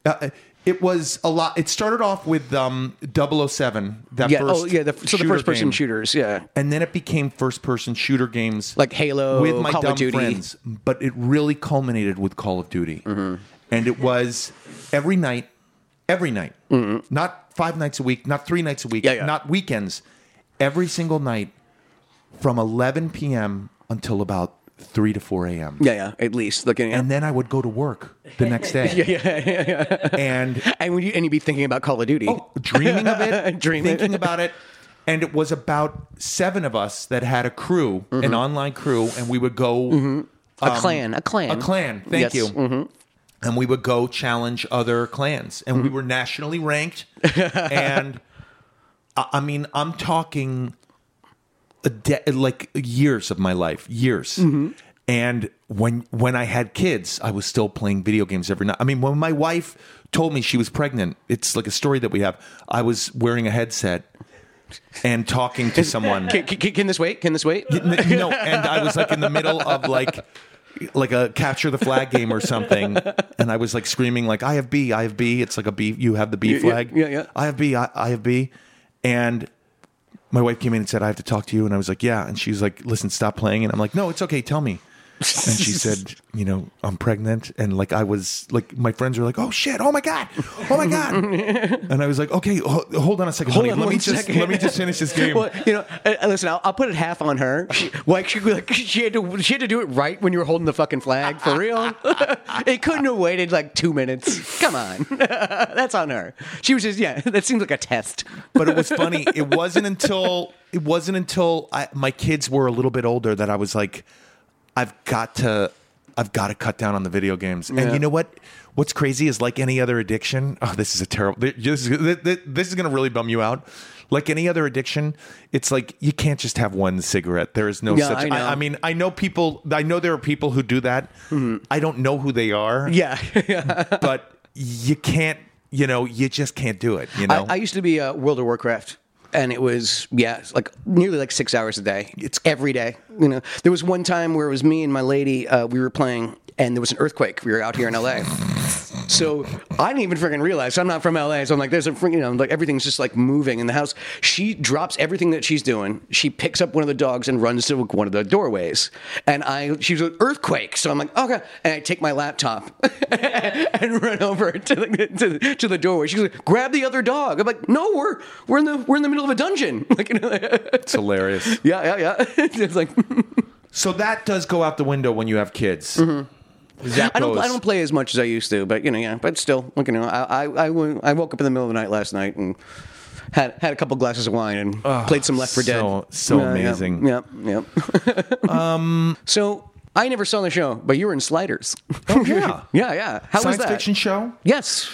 S3: Uh, it was a lot. It started off with um, 007, that
S2: Yeah,
S3: first
S2: oh yeah, the, so the
S3: shooter
S2: first person
S3: game.
S2: shooters. Yeah,
S3: And then it became first person shooter games
S2: like Halo,
S3: with my
S2: Call
S3: dumb
S2: of Duty.
S3: friends, but it really culminated with Call of Duty,
S2: Mm-hmm.
S3: and it was every night, every night, not five nights a week, not three nights a week,
S2: Mm-hmm. Yeah, yeah.
S3: not weekends, every single night from 11 p.m. until about three to 4 a.m.
S2: Yeah, yeah, at least looking at.
S3: And then I would go to work the next day. yeah, yeah, yeah. And
S2: And when you and you'd be thinking about Call of Duty.
S3: Oh, dreaming of it,
S2: Dream it.
S3: thinking about it. And it was about seven of us that had a crew, an online crew, and we would go
S2: Mm-hmm.
S3: um,
S2: A clan, a clan.
S3: a clan. Thank
S2: Yes. Mm-hmm.
S3: you. And we would go challenge other clans, and we were nationally ranked. and I, I mean, I'm talking a de- like years of my life, years.
S2: Mm-hmm.
S3: And when when I had kids, I was still playing video games every night. I mean, when my wife told me she was pregnant, it's like a story that we have. I was wearing a headset and talking to someone.
S2: Can, can, can this wait? Can this wait?
S3: N- no, and I was like in the middle of like like a capture the flag game or something, and I was like screaming like I have B, I have B. It's like a B. You have the B
S2: yeah,
S3: flag.
S2: yeah, yeah.
S3: I have B, I, I have B, and my wife came in and said I have to talk to you, and I was like yeah, and she was like listen, stop playing, and I'm like no, it's okay, tell me. and she said, you know, I'm pregnant. And like, I was like, my friends were like, oh shit, oh my God, oh my God. and I was like, okay, ho- hold on a second, honey.
S2: on
S3: let me
S2: one
S3: just,
S2: second."
S3: let me just finish this game.
S2: Well, you know, uh, uh, listen, I'll, I'll put it half on her. She, like, she, like she had to, she had to do it right when you were holding the fucking flag for real. it couldn't have waited like two minutes. Come on, that's on her. She was just yeah. That seems like a test.
S3: but it was funny. It wasn't until it wasn't until I, my kids were a little bit older that I was like, I've got to, I've got to cut down on the video games. And
S2: Yeah.
S3: you know what? What's crazy is like any other addiction. Oh, this is a terrible. This is th- th- this is gonna really bum you out. Like any other addiction, it's like you can't just have one cigarette. There is no
S2: Yeah,
S3: such.
S2: I know.
S3: I, mean, I know people. I know there are people who do that. I don't know who they are.
S2: Mm-hmm. Yeah.
S3: but you can't. You know, you just can't do it. You know,
S2: I, I used to be uh, World of Warcraft. And it was yeah, it's like nearly like six hours a day. It's every day. You know, there was one time where it was me and my lady. Uh, we were playing, and there was an earthquake. We were out here in L.A. So I didn't even freaking realize I'm not from LA. So I'm like, there's a freaking, you know, like everything's just like moving in the house. She drops everything that she's doing. She picks up one of the dogs and runs to one of the doorways. And I, she was an earthquake. So I'm like, okay. And I take my laptop and run over to the, to, the- to the doorway. She's like, grab the other dog. I'm like, no, we're, we're in the, we're in the middle of a dungeon. Like, you know,
S3: it's hilarious.
S2: yeah, yeah, yeah. it's like,
S3: So that does go out the window when you have kids. That
S2: Mm-hmm. I don't,
S3: goes.
S2: I don't play as much as I used to, but you know, yeah, but still, like, you know, I, I, I, wo- I woke up in the middle of the night last night and had had a couple glasses of wine and played some Left for Dead.
S3: Ah, so- so
S2: Yeah, yeah,
S3: amazing.
S2: Yep, yep. um, so I never saw the show, but you were in Sliders.
S3: Oh, yeah.
S2: yeah, yeah. How was
S3: Science
S2: that?
S3: fiction show.
S2: Yes.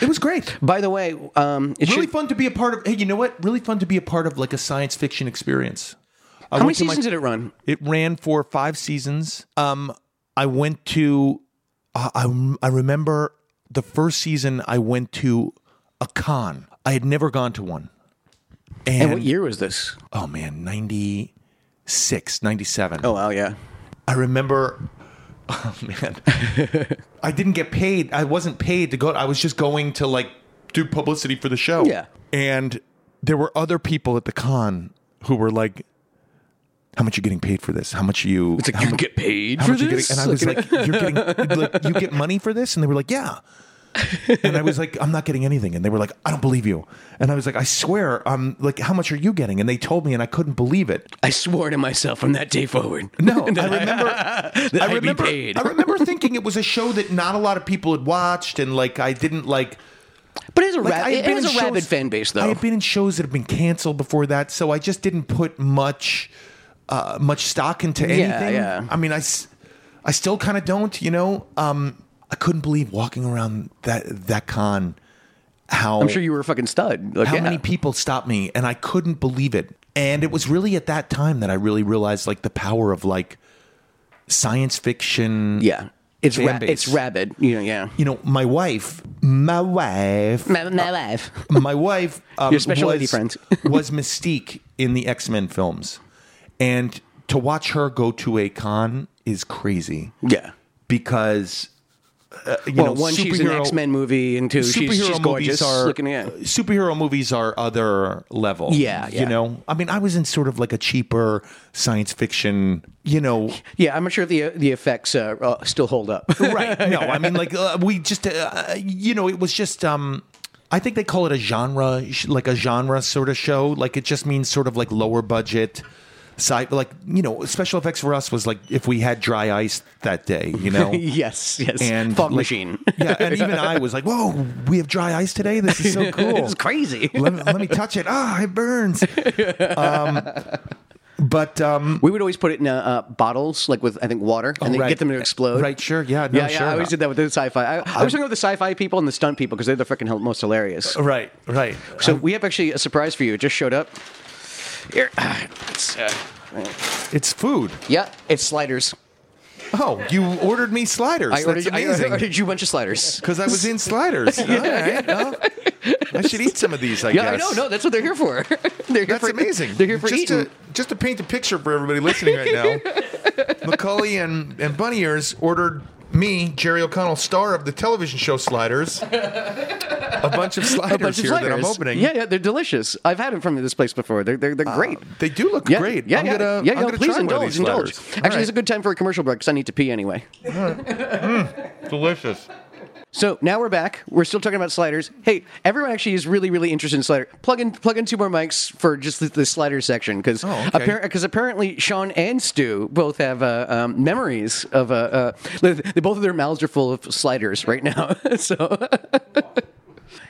S3: It was great.
S2: By the way, um, it
S3: Really
S2: should,
S3: fun to be a part of. Hey, you know what? Really fun to be a part of like a science fiction experience.
S2: how
S3: I
S2: many
S3: went to my-
S2: seasons did it run?
S3: It ran for five seasons. Um, I went to, uh, I I I remember the first season I went to a con. I had never gone to one. And,
S2: And what year was this?
S3: Oh man, 96, 97.
S2: Oh wow, yeah.
S3: I remember, oh man, I didn't get paid. I wasn't paid to go. I was just going to like do publicity for the show.
S2: Yeah.
S3: And there were other people at the con who were like, how much are you getting paid for this? How much are you?
S2: It's like Um, you get paid
S3: how
S2: for
S3: much you
S2: this,
S3: getting? And I was like, you're getting, like, you get money for this? And they were like, yeah. And I was like, I'm not getting anything. And they were like, I don't believe you. And I was like, I swear, um, like, how much are you getting? And they told me, and I couldn't believe it.
S2: I swore to myself from that day forward.
S3: No, I remember. I
S2: I'd be
S3: remember.
S2: paid.
S3: I remember thinking it was a show that not a lot of people had watched, and like I didn't like.
S2: But it is a,
S3: like,
S2: ra-
S3: I
S2: it
S3: had been
S2: has
S3: in
S2: a rabid
S3: shows-
S2: fan base, though.
S3: I had been in shows that have been canceled before that, so I just didn't put much, uh, much stock into anything.
S2: yeah.
S3: I mean, I, s- I still kind of don't. You know, um, I couldn't believe walking around that that con. How
S2: I'm sure you were a fucking stud. Like,
S3: how
S2: yeah.
S3: many people stopped me and i couldn't believe it and it was really at that time that i really realized like the power of like science fiction
S2: Yeah, it's
S3: Fan
S2: ra-
S3: base.
S2: it's rabid. You know, yeah.
S3: you know my wife my wife
S2: My, my life.
S3: my wife um,
S2: Your special
S3: was,
S2: lady friend.
S3: was mystique in the x-men films and to watch her go to a con is crazy
S2: Yeah.
S3: because uh, you
S2: Well,
S3: know,
S2: one, she's an
S3: superhero-
S2: X Men movie, and two, she's, she's gorgeous. looking at.
S3: superhero movies are other level.
S2: Yeah, yeah.
S3: you know. I mean, I was in sort of like a cheaper science fiction, you know.
S2: Yeah, I'm not sure if the the effects uh, uh, still hold up.
S3: right? No, I mean, like uh, we just, uh, you know, it was just. um I think they call it a genre, sh- like a genre sort of show. Like it just means sort of like lower budget. Side, like you know, special effects for us was like if we had dry ice that day, you know.
S2: yes, yes.
S3: And
S2: Fog
S3: like-
S2: machine.
S3: yeah, and even I was like, "Whoa, we have dry ice today. This is so cool.
S2: it's crazy.
S3: let, me, let me touch it. Ah, it burns. Um, but um,
S2: We would always put it in uh, uh, bottles, like with I think water, and then
S3: right.
S2: get them to explode.
S3: Right, sure. Yeah, no,
S2: yeah, yeah.
S3: sure.
S2: I always did that with the sci-fi. I, I was thinking with the sci-fi people and the stunt people because they're the freaking hel- most hilarious.
S3: right, right.
S2: So we have actually a surprise for you. It just showed up. Here, it's, uh,
S3: It's food.
S2: yeah, it's sliders.
S3: Oh, you ordered me sliders.
S2: I ordered,
S3: That's
S2: I
S3: amazing.
S2: ordered you a bunch of sliders.
S3: because I was in sliders. All right, well, I should eat some of these. I
S2: Yeah,
S3: guess.
S2: I know. No, that's what they're here for. they're here
S3: That's
S2: for,
S3: amazing.
S2: They're here for
S3: just
S2: eating.
S3: To, just to paint a picture for everybody listening right now, Macaulay and, and Bunny Ears ordered me, Jerry O'Connell, star of the television show Sliders, a bunch of sliders
S2: a bunch of
S3: here
S2: sliders.
S3: that I'm opening.
S2: Yeah, yeah, they're delicious. I've had them from this place before. They're they're, they're great.
S3: They do look
S2: Yeah,
S3: great.
S2: yeah,
S3: I'm
S2: yeah,
S3: gonna,
S2: yeah.
S3: I'm
S2: no,
S3: gonna
S2: please
S3: try
S2: indulge,
S3: one of these
S2: indulge.
S3: sliders.
S2: Actually, it's a good time for a commercial break because I need to pee anyway.
S3: delicious.
S2: So now we're back. We're still talking about sliders. Hey, everyone actually is really, really interested in slider. Plug in, plug in two more mics for just the, the slider section because
S3: Oh, okay.
S2: apparently Sean and Stu both have uh, um, memories of uh, uh, they, they- both of their mouths are full of sliders right now. so.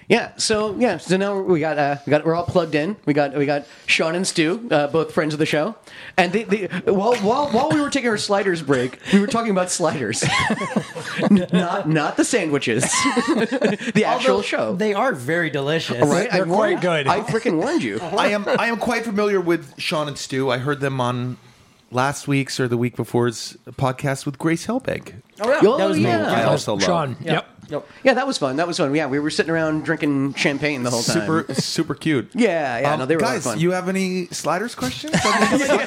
S2: Yeah, so yeah, so now we got uh, we got we're all plugged in. We got we got Sean and Stu, uh, both friends of the show, and they, they while, while while we were taking our sliders break, we were talking about sliders, N- not not the sandwiches, the actual
S4: Although
S2: show.
S4: They are very delicious.
S2: right,
S4: They're
S2: I warned-
S4: quite good.
S2: I freaking warned you.
S3: I am I am quite familiar with Sean and Stu. I heard them on last week's or the week before's podcast with Grace Helbig.
S2: Oh,
S4: that was me.
S2: yeah.
S4: Yeah,
S3: I
S4: that was
S3: also love-
S4: Sean.
S3: Yeah.
S4: Yep.
S2: Yeah, that was fun. That was fun. Yeah, we were sitting around drinking champagne the whole time.
S3: Super super cute.
S2: Yeah, yeah,
S3: Um,
S2: no, they were a lot of
S3: guys,
S2: fun.
S3: you have any sliders questions? I mean, sock,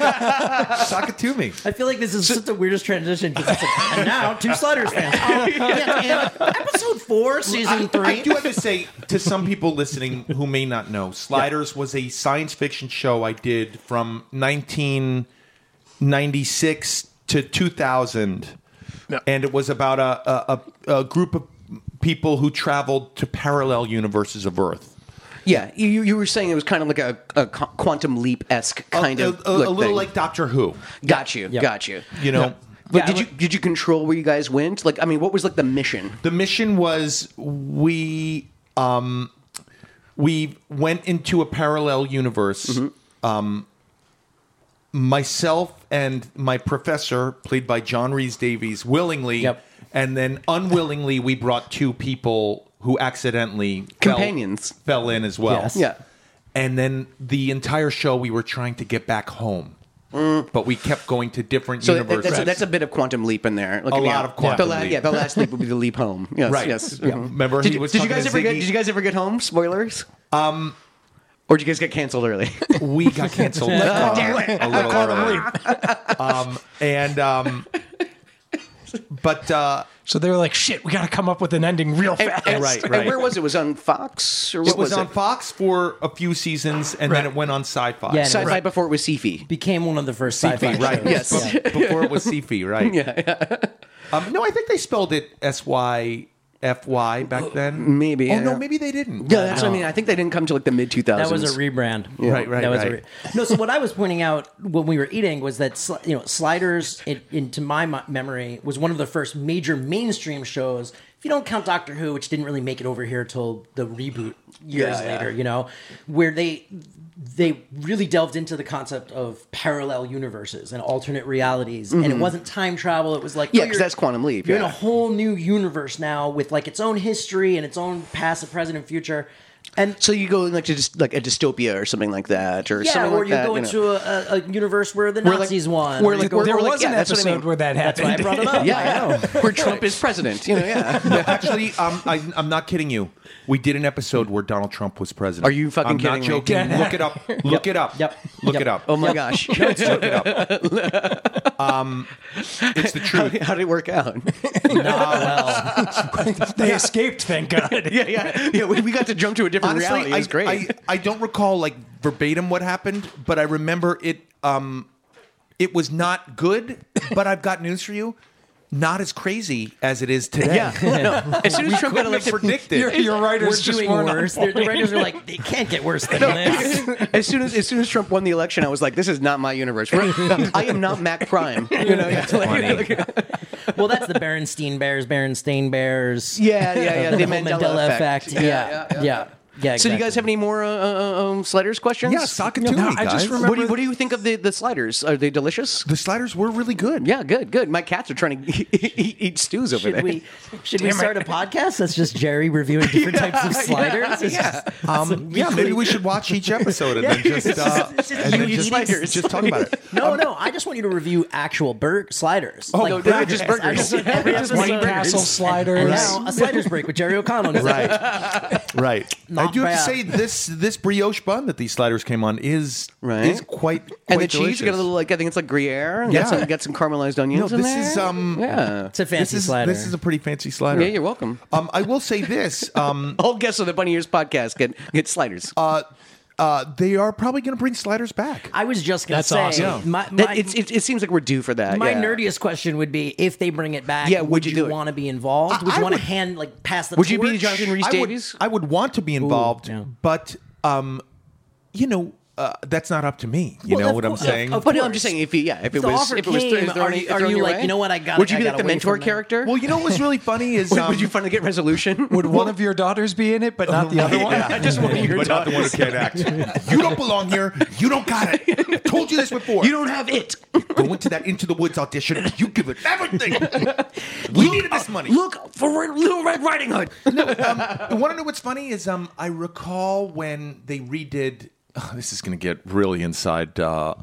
S3: it- sock it to me.
S4: I feel like this is such the weirdest transition because it's like, and now two Sliders fans. Oh, yeah, and episode four, season three.
S3: I do have to say to some people listening who may not know, Sliders was a science fiction show I did from 1996 to 2000, and it was about a, a, a, a group of people who traveled to parallel universes of Earth.
S2: yeah, you, you were saying it was kind of like a, a qu- quantum leap esque kind
S3: a,
S2: of
S3: a, a
S2: look
S3: little
S2: thing.
S3: like Doctor Who,
S2: Got you. Got you.
S3: you know.
S2: But
S4: Yeah,
S2: did
S4: I
S2: you did you control where you guys went? Like, I mean, what was like the mission?
S3: The mission was we um we went into a parallel universe.
S2: Mm-hmm.
S3: Um, myself and my professor, played by John Reese Davies, willingly,
S4: Yep.
S3: and then unwillingly, we brought two people who accidentally fell-
S2: Companions.
S3: fell, in as well.
S4: Yes.
S2: Yeah.
S3: And then the entire show, we were trying to get back home, but we kept going to different
S2: Mm. So that-
S3: universes.
S2: that's, a, that's a bit of quantum leap in there. Look
S3: A
S2: at me
S3: lot
S2: out.
S3: of quantum
S2: the la-
S3: leap.
S2: Yeah, the last leap would be the leap home. Yes,
S3: Right.
S2: Yes. Mm-hmm.
S3: Yeah. Remember
S2: Did,
S3: he
S2: you-
S3: was
S2: did you
S3: talking
S2: guys
S3: to
S2: ever get?
S3: Ziggy?
S2: Did you guys ever get home? Spoilers. Um. Or did you guys get canceled early?
S3: we got canceled uh, a little early. Um, and um, but uh,
S5: So they were like, "Shit, we got to come up with an ending real fast."
S3: Right,
S2: And
S3: right.
S2: where was it? Was it on Fox or what
S3: it was, on Fox for a few seasons, and then it went on Sci-Fi.
S4: Yeah,
S2: Sci-fi
S4: Right.
S2: before it was sci
S4: Became one of the first sci-fi
S3: Sci-fi, right?
S4: shows.
S2: Yes.
S4: Yeah.
S3: Before it was Sci-Fi, right? Yeah. Um, no, I think they spelled it S Y F Y back then.
S2: Maybe,
S3: Oh
S2: yeah.
S3: no, maybe they didn't.
S2: Yeah, that's what I mean. I think they didn't come till like the mid 2000s.
S4: That was a rebrand.
S3: Right, right,
S4: That was a
S3: right.
S4: no, so what I was pointing out when we were eating was that sli- you know Sliders, it, into my mo- memory, was one of the first major mainstream shows. If you don't count Doctor Who, which didn't really make it over here till the reboot years
S2: Yeah, yeah.
S4: later, you know, where they they really delved into the concept of parallel universes and alternate realities, and it wasn't time travel. It was like
S2: Mm-hmm. Yeah,
S4: oh,
S2: 'cause
S4: you're-
S2: that's Quantum Leap,
S4: You're in
S2: yeah.
S4: a whole new universe now with like its own history and its own past, and present, and future. And
S2: So you go like to just like a dystopia or something like that, or
S4: yeah,
S2: something
S4: or
S2: like
S4: you
S2: that,
S4: go
S2: know.
S4: into a, a, a universe where the
S2: like-
S4: Nazis won.
S2: we're like-
S5: There
S2: we're
S5: was
S2: like,
S5: an
S2: yeah, that's what I
S5: episode
S2: mean.
S5: where that
S4: that's why I
S5: happened.
S4: brought it up.
S2: yeah, I know. where Trump is president. You know, yeah.
S3: Actually, um, I, I'm not kidding you. We did an episode where Donald Trump was president.
S2: Are you fucking
S3: I'm
S2: kidding
S3: not
S2: me?
S3: joking. Look it up. Look it up.
S4: Yep.
S3: Look
S4: Yep.
S3: it up.
S2: Oh my gosh,
S3: Look it up. Um,
S2: Um,
S3: it's the
S2: how,
S3: truth.
S2: did- how did it work out?
S5: they escaped, thank God.
S2: yeah, yeah, yeah. We, we got to jump to a different reality.
S3: Honestly,
S2: It
S3: I,
S2: was great.
S3: I, I don't recall like verbatim what happened, but I remember it. Um, it was not good, but I've got news for you. Not as crazy as it is today.
S2: yeah, no. as soon as Trump got
S3: Couldn't have
S2: elected,
S3: predicted.
S5: Your, your
S4: We're
S5: writers just
S4: doing
S5: weren't
S4: worse.
S5: on
S4: The,
S5: point.
S4: the writers are like, it can't get worse than this.
S2: as soon as as soon as Trump won the election, I was like, "This is not my universe. We're- I am not Mac Prime." You know, yeah, like-
S4: Well, that's the Berenstein Bears, Berenstein Bears.
S2: yeah, yeah, yeah.
S4: the,
S2: The
S4: whole
S2: Mandela, effect.
S4: Yeah, yeah, yeah.
S2: So, do you guys have any more uh, uh, um, sliders questions?
S3: yeah. Sakatumi,
S5: No, I
S3: guys.
S5: just remember-
S2: What do, you, what do you think of the, the sliders? Are they delicious?
S3: the sliders were really good.
S2: Yeah, good, good. My cats are trying to eat, eat, eat stews over there.
S4: Should we should we
S5: Damn it.
S4: start a podcast that's just Jerry reviewing different types of sliders? It's
S2: yeah.
S4: just-
S3: Um, yeah, maybe we should watch each episode and then just, uh,
S4: It's just
S3: and then
S4: you
S3: just,
S2: eating
S3: just talk about it.
S4: no, no. I just want you to review actual burger sliders. Oh,
S2: Um, no, no, just burgers.
S4: every
S5: Just White
S4: episode.
S5: Castle sliders.
S4: And now a sliders break with Jerry O'Connell. And he's like,
S3: right, right.
S4: Not
S3: I do have to
S4: bad.
S3: say this this brioche bun that these sliders came on is
S2: Right.
S3: is quite, quite
S2: and the
S3: delicious.
S2: cheese got a little like I think it's like Gruyere. And
S3: Yeah.
S2: got, some, got some caramelized
S3: No,
S2: onions in
S3: this
S2: there.
S3: is um.
S2: yeah,
S4: It's a
S3: This
S4: fancy
S3: is
S4: slider.
S3: this is a pretty fancy slider.
S2: yeah. You're welcome.
S3: Um, I will say this. Um,
S2: All guests of the Bunny Ears podcast get get sliders.
S3: uh, uh, they are probably going to bring sliders back.
S4: I was just gonna
S5: That's
S4: say,
S5: awesome.
S4: my, my,
S2: that, it's, it, it seems like we're due for that.
S4: my
S2: yeah.
S4: nerdiest question would be if they bring it back.
S2: Yeah, would
S4: would,
S2: you
S4: you,
S2: do it?
S4: want to be involved?
S3: I-
S4: would
S3: I
S4: you want to
S3: would-
S4: hand like pass the?
S2: Would you be
S4: torch?
S2: Jonathan Rhys
S3: I
S2: Davies?
S3: Would, I would want to be involved,
S4: yeah.
S3: but um, you know, uh, that's not up to me. You
S4: Well,
S3: know
S4: of
S3: what
S4: course,
S3: I'm
S4: of-
S3: saying?
S4: of
S2: But no, I'm
S4: course.
S2: just saying, if you, yeah, if it
S4: If the
S2: was,
S4: offer
S2: if it was,
S4: came,
S2: is there
S4: are
S2: any-
S4: you-
S2: is there
S4: are you
S2: any
S4: like,
S2: way?
S4: you know what, I got-
S2: Would you
S4: I
S2: be
S4: got
S2: like the
S4: away
S2: mentor
S4: from that.
S2: character?
S3: well, you know what's really funny is um,
S2: would you finally get resolution?
S5: Would one of your daughters be in it, but not the other one?
S2: I just want your
S3: but not the one who can't act. You don't belong here. You don't got it. I told you this before.
S2: You don't have it.
S3: go into that into the woods audition. You give it everything. we needed this money.
S2: Look for Red- Little Red Riding Hood.
S3: You want to know what's funny is um I recall when they redid. Oh, this is going to get really inside. Uh,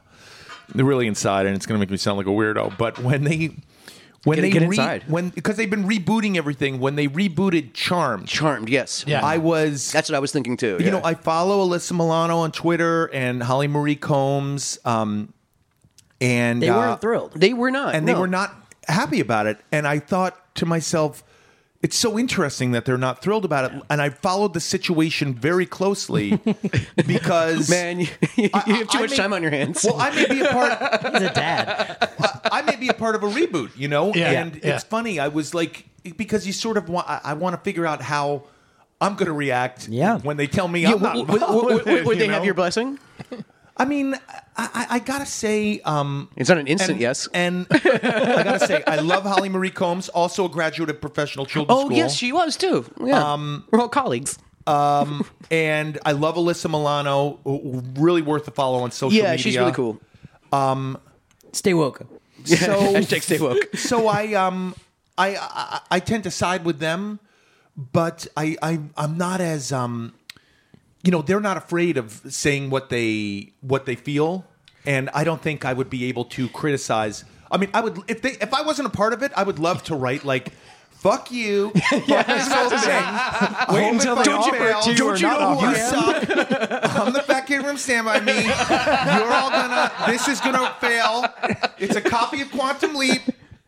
S3: really inside, and it's going to make me sound like a weirdo. But when they when
S2: Get-
S3: they
S2: get
S3: re-
S2: inside.
S3: when because they've been rebooting everything. When they rebooted Charmed,
S2: Charmed, yes.
S5: Yeah.
S3: I was
S2: That's what I was thinking too.
S3: you know, I follow Alyssa Milano on Twitter and Holly Marie Combs, um, and
S4: They
S3: uh,
S4: weren't thrilled.
S2: they were not,
S3: and
S2: no.
S3: they were not happy about it. And I thought to myself, it's so interesting that they're not thrilled about it. And I followed the situation very closely because
S2: Man, you, you have too
S3: I
S2: much
S3: may-
S2: time on your hands.
S3: Well, I may be a part.
S4: He's a dad.
S3: I may be a part of a reboot, you know.
S5: Yeah,
S3: and
S5: yeah.
S3: it's funny. I was like, because you sort of want. I, I want to figure out how. I'm going to react
S4: Yeah.
S3: when they tell me
S2: Yeah,
S3: I'm not.
S2: w- w- w-
S3: involved,
S2: w- would they
S3: you
S2: have
S3: know?
S2: your blessing?
S3: I mean, I, I, I gotta say, um,
S2: It's not an instant
S3: and,
S2: yes.
S3: and I gotta say, I love Holly Marie Combs, also a graduate of professional children's
S2: oh
S3: school. Um,
S2: yes, she was too. Yeah, we're all colleagues.
S3: And I love Alyssa Milano. Really worth the follow on social
S2: yeah,
S3: media.
S2: she's really cool.
S4: Stay woke.
S3: So
S2: Hashtag stay woke.
S3: so I um I, I I tend to side with them, but I, I I'm not as um you know they're not afraid of saying what they what they feel, and I don't think I would be able to criticize. I mean, I would if they if I wasn't a part of it, I would love to write like. Fuck you! Fuck this whole thing.
S5: Wait
S3: Home
S5: until
S3: if
S5: they
S3: I
S5: offer
S3: fail.
S5: it to you
S3: Don't
S5: or
S3: you
S5: not
S3: know who
S5: offer
S3: I
S5: it?
S3: suck? I'm the fat kid room. Stand by me. You're all gonna. This is gonna fail. It's a copy of Quantum Leap.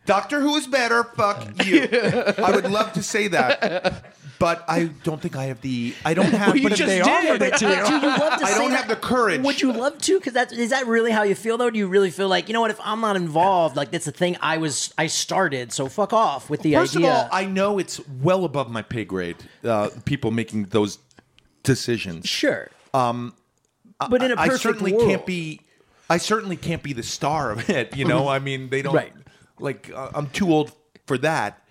S3: Doctor Who is better. Fuck you. I would love to say that, but I don't think I have the. I don't have.
S5: But
S3: but
S5: if they offered it to
S4: Do you
S5: you,
S4: love to
S3: I
S4: say
S3: don't
S4: that?
S3: have the courage.
S4: Would you love to? Because that's is that really how you feel though? Do you really feel like you know what? If I'm not involved, like that's the thing I was I started. So fuck off with the
S3: First
S4: idea.
S3: of all, I know it's well above my pay grade. Uh, people making those decisions.
S4: sure. Um, but in a
S3: I
S4: perfect
S3: certainly
S4: world,
S3: can't be. I certainly can't be the star of it. You know, I mean, they don't.
S4: Right.
S3: Like uh, I'm too old for that.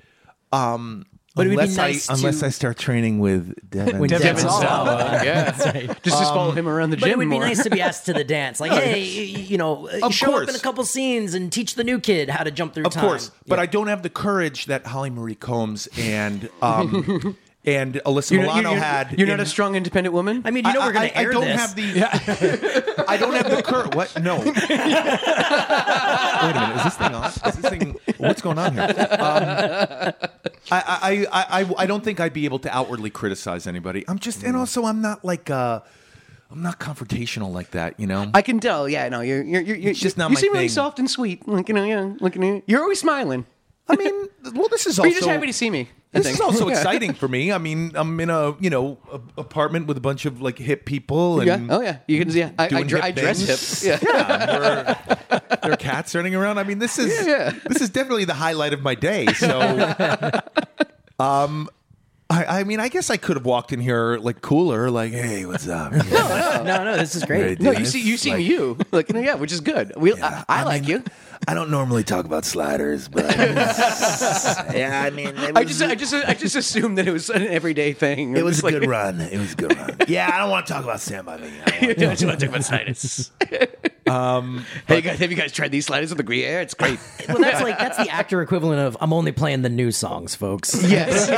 S3: Um,
S4: But it would be
S3: unless
S4: nice to-
S3: I unless I start training with Devin.
S4: When
S5: Devin
S4: Devin
S5: Sawa.
S4: Sawa.
S2: Yeah, just just
S3: Um,
S2: follow him around the
S4: But
S2: gym
S4: it would be
S2: more.
S4: nice to be asked to the dance. Like, hey, you, you know, uh,
S3: Of
S4: show up in
S3: course.
S4: a couple scenes and teach the new kid how to jump through
S3: of
S4: time.
S3: course, but I don't have the courage that Holly Marie Combs and um, and Alyssa
S2: You're, not-
S3: Milano
S2: you're-
S3: had.
S2: you're not
S3: in-
S2: a strong, independent woman.
S4: I mean, you know, we're going
S3: I-
S4: to
S3: I,
S4: air
S3: I don't
S4: this.
S3: have the. I don't have the courage. What? No. Wait a minute. Is this thing on? Is this thing? What's going on here? Um, I, I, I, I, I don't think I'd be able to outwardly criticize anybody. I'm just,
S2: Mm.
S3: and also I'm not like, uh, I'm not confrontational like that. You know.
S2: I can tell. Yeah, no, you're you're you're, you're
S3: just not
S2: You
S3: my
S2: seem really
S3: thing.
S2: soft and sweet. Like you know, yeah, looking at you. You're always smiling.
S3: I mean, well, this is
S2: Are
S3: also.
S2: you just happy to see me? I
S3: This
S2: think.
S3: is also
S2: Yeah.
S3: exciting for me. I mean, I'm in a you know a, apartment with a bunch of like hip people and
S2: Yeah. Oh yeah. You can. Yeah. I, I,
S3: doing
S2: dr-
S3: hip
S2: I dress
S3: things.
S2: hip. Yeah.
S3: yeah, we're- there are cats running around. I mean, this is
S2: Yeah, yeah.
S3: this is definitely the highlight of my day. So, um, I, I mean, I guess I could have walked in here like cooler, like, hey, what's up?
S4: no, no, Oh, this is great.
S2: No, you see, you seem you. Like you know, yeah, which is good. We, I, I, like you.
S3: I don't normally talk about sliders, but yeah, I mean, it
S2: I just, I just, I just assumed that it was an everyday thing. It like,
S3: run. It was a good run. yeah, I don't want to talk about Stand by Me.
S2: Hey, guys, have you guys tried these sliders with the Gruyere? It's great.
S4: Well, that's like that's the actor equivalent of I'm only playing the new songs, folks.
S2: yes.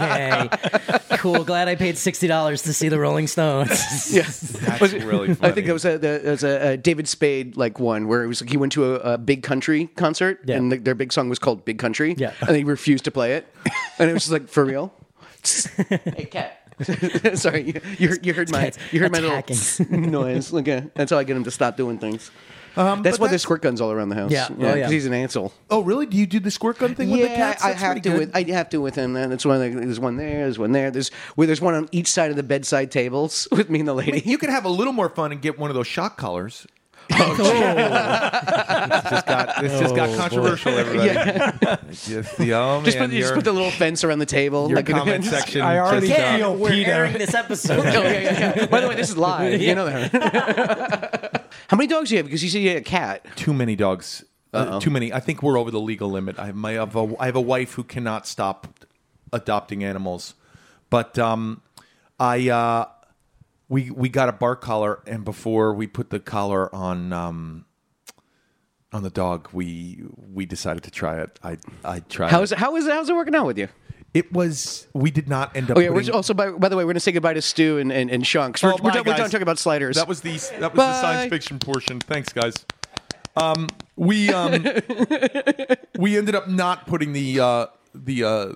S4: oh, okay. Cool. Glad I paid sixty dollars to see the Rolling Stones.
S2: Yes.
S3: That's really funny.
S2: I think that was a, that was a, a David Spade like one where it was like he went to a, a big country concert
S4: Yeah.
S2: and the, their big song was called Big Country.
S4: Yeah.
S2: And they refused to play it. And it was just like, for real? hey, cat. Sorry, you, you, heard- you heard my
S4: Cat's
S2: you heard my
S4: attacking.
S2: little noise. Like, uh, that's how I get him to stop doing things. that's
S3: but
S2: why
S3: that-
S2: there's squirt guns all around the house.
S4: Yeah. Oh, yeah.
S2: 'cause he's an ansel.
S3: Oh, really? Do you do the squirt gun thing with the
S2: Yeah,
S3: cats?
S2: I
S3: That's
S2: have
S3: pretty
S2: to
S3: good.
S2: with I have to with him. Then it's one. There's one there. There's one there. There's where there's one on each side of the bedside tables with me and the lady.
S3: You could have a little more fun and get one of those shock collars.
S2: Oh.
S3: This just got controversial, everybody. It's Just, the- oh,
S2: Just,
S3: man,
S2: put, just
S3: your-
S2: put the little fence around the table.
S3: your
S2: like-
S3: comment section.
S5: I already
S3: just,
S4: Again,
S5: feel
S4: we're
S5: Peter.
S4: airing this episode.
S2: Oh, yeah, yeah, yeah. By the way, this is live. You know that. How many dogs do you have? Because you said you had a cat.
S3: too many dogs. Uh, too many. I think we're over the legal limit. I have, my, I, have a, I have a wife who cannot stop adopting animals, but um, I uh, we we got a bark collar, and before we put the collar on um, on the dog, we we decided to try it. I I tried.
S2: How's how is how's it working out with you?
S3: It was. We did not end up.
S2: Oh yeah. We're
S3: putting-
S2: just- also by, by the way, we're gonna say goodbye to Stu and and, and Sean 'cause
S3: Oh,
S2: we're, we're,
S3: bye,
S2: done, we're
S3: guys.
S2: done talking about sliders.
S3: That was the that was
S2: Bye.
S3: the science fiction portion. Thanks, guys. Um, we um, we ended up not putting the uh, the uh,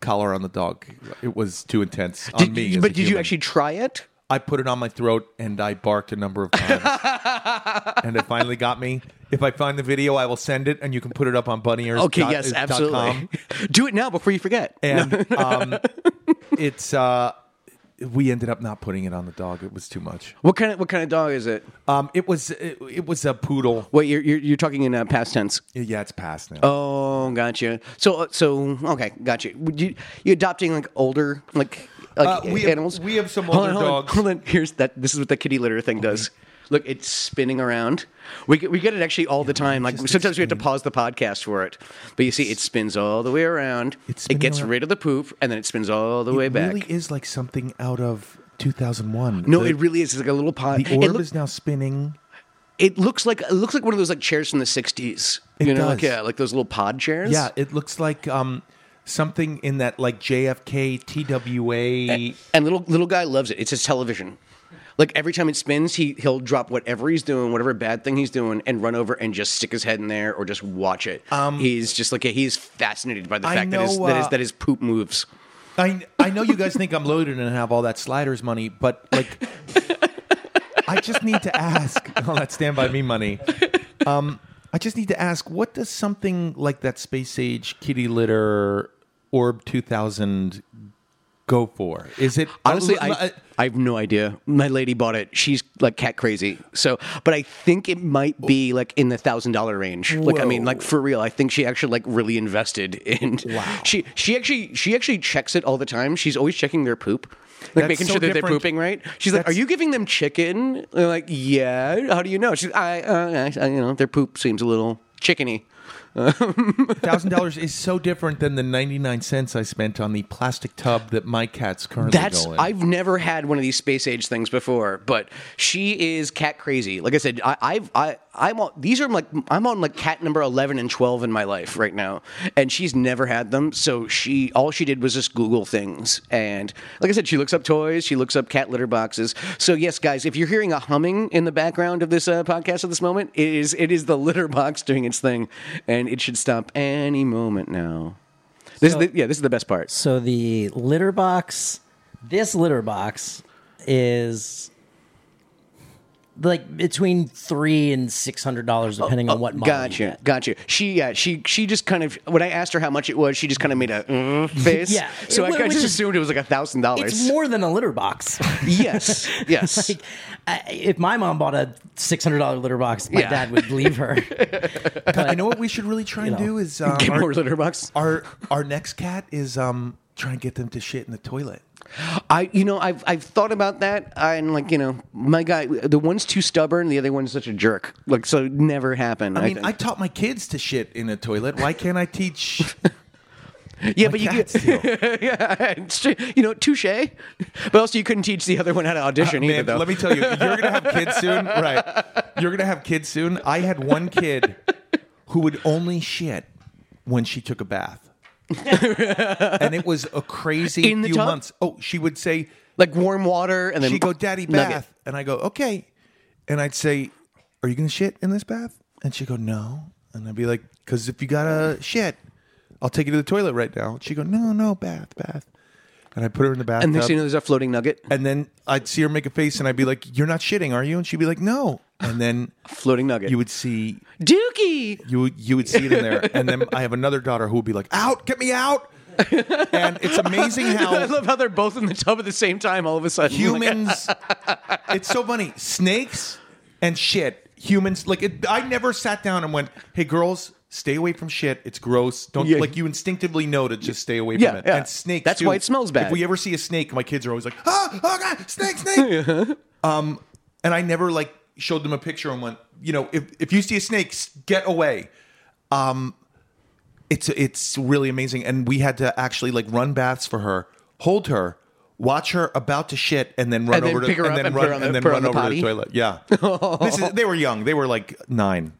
S3: collar on the dog. It was too intense on
S2: did,
S3: me. as a
S2: but did you
S3: human.
S2: actually try it?
S3: I put it on my throat and I barked a number of times, and it finally got me. If I find the video, I will send it, and you can put it up on bunnyears.
S2: Okay.
S3: dot-
S2: yes.
S3: dot com
S2: Absolutely. Do it now before you forget.
S3: and um, it's uh, we ended up not putting it on the dog. It was too much.
S2: What kind of what kind of dog is it?
S3: Um, it was it, it was a poodle.
S2: Wait, you're you're, you're talking in uh, past tense.
S3: Yeah, it's past now.
S2: Oh, gotcha. So uh, so okay, gotcha. Would you you adopting like older like like
S3: Uh, we have-
S2: animals?
S3: we have some
S2: Hold on,
S3: older
S2: hold on,
S3: dogs.
S2: hold on. Here's that. This is what the kitty litter thing does. Look, it's spinning around. We get, we get it actually all the time. Like sometimes we have to pause the podcast for it. But you see, it spins all the way around.
S3: It's
S2: It gets
S3: spinning around.
S2: rid of the poop, and then it spins all the way
S3: it
S2: back.
S3: really is like something out of 2001.
S2: No,
S3: The-
S2: it really is. It's like a little pod.
S3: the orb
S2: it, loo-
S3: is now spinning.
S2: it looks like it looks like one of those like chairs from the '60s.
S3: It
S2: you know,
S3: does.
S2: Like, yeah, like those little pod chairs.
S3: Yeah, it looks like um something in that like JFK TWA.
S2: And little little guy loves it. It's his television. Like every time it spins, he he'll drop whatever he's doing, whatever bad thing he's doing, and run over and just stick his head in there or just watch it. he's just like he's fascinated by the
S3: Um, I
S2: fact that, his,
S3: know,
S2: that his
S3: uh,
S2: that his poop moves.
S3: I I know you guys think I'm loaded and have all that sliders money, but like I just need to ask all that stand by me money. Um I just need to ask what does something like that space age kitty litter orb 2000 go for? Is it
S2: Honestly,
S3: Uh,
S2: I, I have no idea. My lady bought it. She's like cat crazy. So, but I think it might be like in the thousand dollar range. Like, I mean,
S3: Whoa.
S2: like for real. I think she actually like really invested in. Wow. She she actually she actually checks it all the time. She's always checking their poop, like
S3: That's
S2: making
S3: so
S2: sure that they're
S3: different.
S2: pooping right. She's like, "Are
S3: That's-
S2: you giving them chicken?" And they're like, "Yeah." How do you know? She's, I, uh, I, I- you know, their poop seems a little chickeny.
S3: Thousand dollars is so different than the ninety nine cents I spent on the plastic tub that my cat's currently
S2: That's
S3: go in.
S2: I've never had one of these space age things before, but she is cat crazy. Like I said, I, I've I I'm on these are like I'm on like cat number eleven and twelve in my life right now, and she's never had them. So she all she did was just Google things, and like I said, she looks up toys, she looks up cat litter boxes. So yes, guys, if you're hearing a humming in the background of this uh, podcast at this moment, it is it is the litter box doing its thing, and it should stop any moment now. This
S4: So-
S2: is the, yeah, this is the best part.
S4: So the litter box, this litter box is like between three and six hundred dollars, depending on what model. you
S2: Oh, Gotcha,
S4: get.
S2: gotcha. She, yeah, she, she just kind of. When I asked her how much it was, she just kind of made a "Mm," face.
S4: Yeah.
S2: So I
S4: Which
S2: kind of just
S4: is-
S2: assumed it was like a thousand
S4: It's
S2: dollars.
S4: more than a litter box.
S2: Yes, yes.
S4: like, I, if my mom bought a six hundred dollar litter box, my
S2: Yeah.
S4: dad would leave her.
S3: God, you know what we should really try and
S4: know.
S3: do is um,
S2: Get
S3: our,
S2: more litter box.
S3: our our next cat is um try and get them to shit in the toilet.
S2: I, you know, I've I've thought about that, and like you know, my guy, the one's too stubborn, the other one's such a jerk. Like so, it never happened.
S3: I mean,
S2: think.
S3: I taught my kids to shit in a toilet. Why can't I teach
S2: yeah,
S3: my
S2: but you
S3: cats
S2: get,
S3: to?
S2: yeah, you know, touche. But also, you couldn't teach the other one
S4: Uh,
S2: how to audition either,
S3: Man,
S2: though.
S3: let me tell you, you're gonna have kids soon, right? You're gonna have kids soon. I had one kid who would only shit when she took a bath, and it was a crazy
S2: In the
S3: few
S2: tub?
S3: months. Oh, she would say,
S2: like warm water, and then
S3: she'd go, "Daddy, bath,"
S2: nugget.
S3: and I go, "Okay," and I'd say, "Are you gonna shit in this bath?" And she'd go, "No," and I'd be like, "Cause if you gotta shit, I'll take you to the toilet right now." She'd go, "No, no, bath, bath," and I put her in the bathtub.
S2: And next thing you know, there's a floating nugget,
S3: And then I'd see her make a face and I'd be like, You're not shitting, are you? And she'd be like, No. And then
S2: floating nugget.
S3: you would see
S2: Dookie.
S3: you would- you would see it in there. And then I have another daughter who would be like, Out, get me out. And it's amazing
S2: I
S3: how
S2: love how they're both in the tub at the same time all of a sudden.
S3: humans it's so funny. Snakes and shit. Humans like it, I never sat down and went, Hey girls, stay away from shit. It's gross. Don't
S2: Yeah.
S3: like you instinctively know to just stay away
S2: Yeah,
S3: from it.
S2: yeah.
S3: And snakes
S2: That's
S3: too.
S2: why it smells bad.
S3: If we ever see a snake, my kids are always like, Oh, oh god, snake, snake. Um, and I never like showed them a picture and went, you know, if, if you see a snake, s- get away. Um, it's it's really amazing, and we had to actually like run baths for her, hold her, watch her about to shit, and then run
S2: And then
S3: over
S2: pick
S3: to
S2: her
S3: and
S2: up
S3: then
S2: and put
S3: run
S2: her on the-
S3: and then
S2: put her
S3: run
S2: on the
S3: over to the toilet. Yeah, this is, they were young; they were like nine.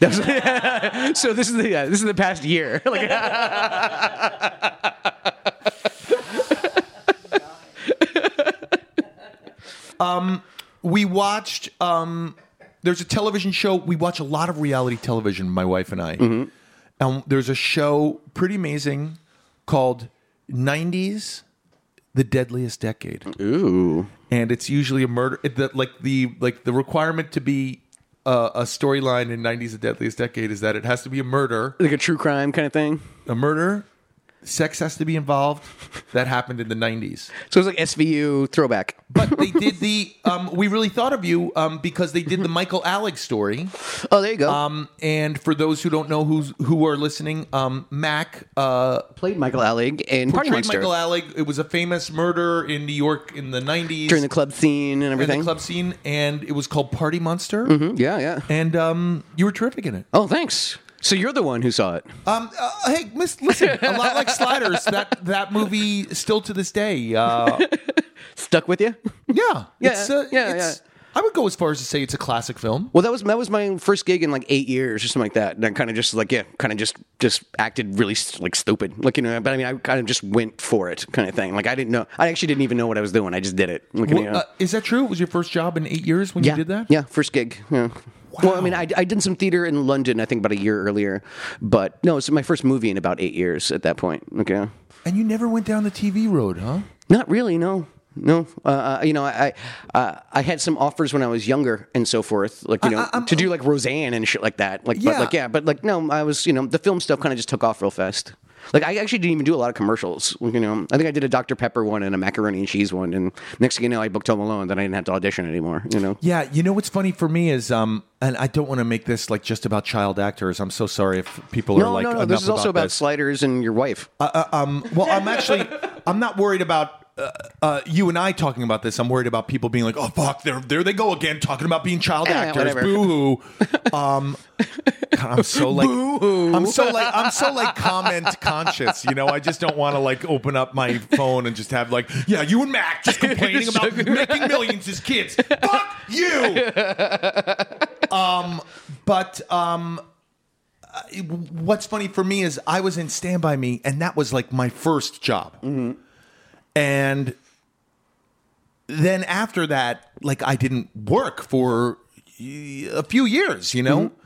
S2: Like, so this is the yeah, this is the past year. Like,
S3: we watched um there's a television show we watch a lot of reality television my wife and i um, there's a show pretty amazing called 90s the deadliest decade
S2: ooh,
S3: and it's usually a murder it- the, like the like the requirement to be uh, a storyline in 90s the deadliest decade is that it has to be a murder
S2: like a true crime kind of thing.
S3: a murder sex has to be involved that happened in the 90s
S2: So it's like SVU throwback.
S3: but they did the um, we really thought of you um, because they did the michael alec story
S2: Oh, there you go.
S3: Um, and for those who don't know who's who are listening, um, Mac uh,
S2: Played Michael Alec in Party
S3: portrayed
S2: Monster
S3: Michael Alec. It was a famous murder in New York in the '90s
S2: during the club scene and
S3: in the
S2: everything.
S3: club scene, and it was called Party Monster.
S2: Mm, Yeah, yeah.
S3: And um, you were terrific in it.
S2: Oh, thanks. So you're the one who saw it.
S3: Um, uh, hey, miss, listen, a lot like Sliders, that that movie still to this day. Uh,
S2: stuck with you.
S3: Yeah.
S2: Yeah,
S3: It's, uh,
S2: yeah,
S3: it's-
S2: yeah.
S3: I would go as far as to say it's a classic film.
S2: Well, that was that was my first gig in like eight years or something like that, and I kind of just like yeah, kind of just just acted really s- like stupid, like you know. But I mean, I kind of just went for it, kind of thing. Like I didn't know, I actually didn't even know what I was doing. I just did it. Like, you
S3: Well,
S2: know.
S3: uh, is that true? It was your first job in eight years when
S2: yeah,
S3: you did that?
S2: yeah, first gig. Yeah. Well, I mean, I, I did some theater in London, I think about a year earlier, but no, it's my first movie in about eight years at that point. Okay.
S3: And you never went down the TV road, huh?
S2: Not really, no. No, uh, uh, you know, I I, uh, I had some offers when I was younger and so forth, like you know, to do like Roseanne and shit like that. Like,
S3: Yeah.
S2: but like yeah, but like no, I was you know the film stuff kind of just took off real fast. Like I actually didn't even do a lot of commercials. You know, I think I did a Dr Pepper one and a macaroni and cheese one, and next thing you know, I booked Home Alone. Then I didn't have to audition anymore. You know,
S3: Yeah, you know what's funny for me is, um, and I don't want to make this like just about child actors. I'm so sorry if people are
S2: no,
S3: like,
S2: no, no.
S3: enough
S2: This is also about
S3: this. Uh,
S2: sliders and your wife.
S3: Well, I'm actually, I'm not worried about uh, uh, you and I talking about this. I'm worried about people being like, "Oh fuck, there, there they go again, talking about being child
S2: Eh,
S3: actors."
S2: whatever.
S3: Boo hoo. Um, God, I'm so like, I'm so like, I'm so like comment conscious. You know, I just don't want to like open up my phone and just have like, yeah, you and Mac just complaining about making millions as kids. Fuck you. Um, but um, what's funny for me is I was in Stand By Me, and that was like my first job.
S2: Mm-hmm.
S3: And then after that, like I didn't work for y- a few years, you know?
S2: Mm-hmm.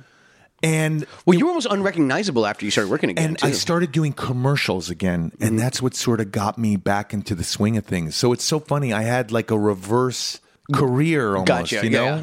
S3: And
S2: well, you were almost unrecognizable after you started working again.
S3: and
S2: too. Mm-hmm.
S3: I started doing commercials again, and that's what sort of got me back into the swing of things. So it's so funny. I had like a reverse career almost,
S2: Gotcha,
S3: you know?
S2: yeah.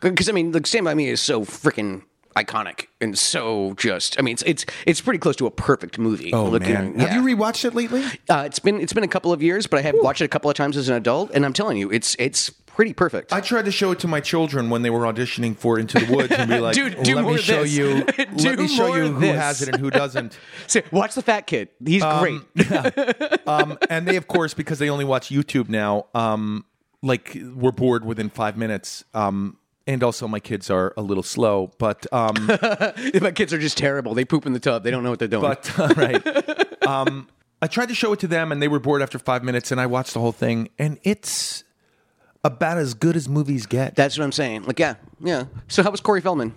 S2: Because I mean, the Stand by Me is so freaking iconic and so just. I mean, it's it's it's pretty close to a perfect movie.
S3: Oh
S2: Looking-
S3: man,
S2: yeah.
S3: have you rewatched it lately?
S2: uh, it's been it's been a couple of years, but I have watched it a couple of times as an adult, and I'm telling you, it's it's pretty perfect.
S3: I tried to show it to my children when they were auditioning for Into the Woods and be like,
S2: Dude, do
S3: let
S2: more
S3: me
S2: of
S3: show
S2: this.
S3: you,
S2: Do
S3: let me show
S2: more
S3: you
S2: of
S3: who
S2: this."
S3: has it and who doesn't.
S2: So, watch the Fat Kid; he's great.
S3: Um, and they, of course, because they only watch YouTube now, um, like were bored within five minutes. Um, and also, my kids are a little slow, but um,
S2: My kids are just terrible. They poop in the tub. They don't know what they're doing.
S3: but uh, right. Um, I tried to show it to them, and they were bored after five minutes. And I watched the whole thing, and it's about as good as movies get.
S2: That's what I'm saying. Like, yeah, yeah. So, how was Corey Feldman?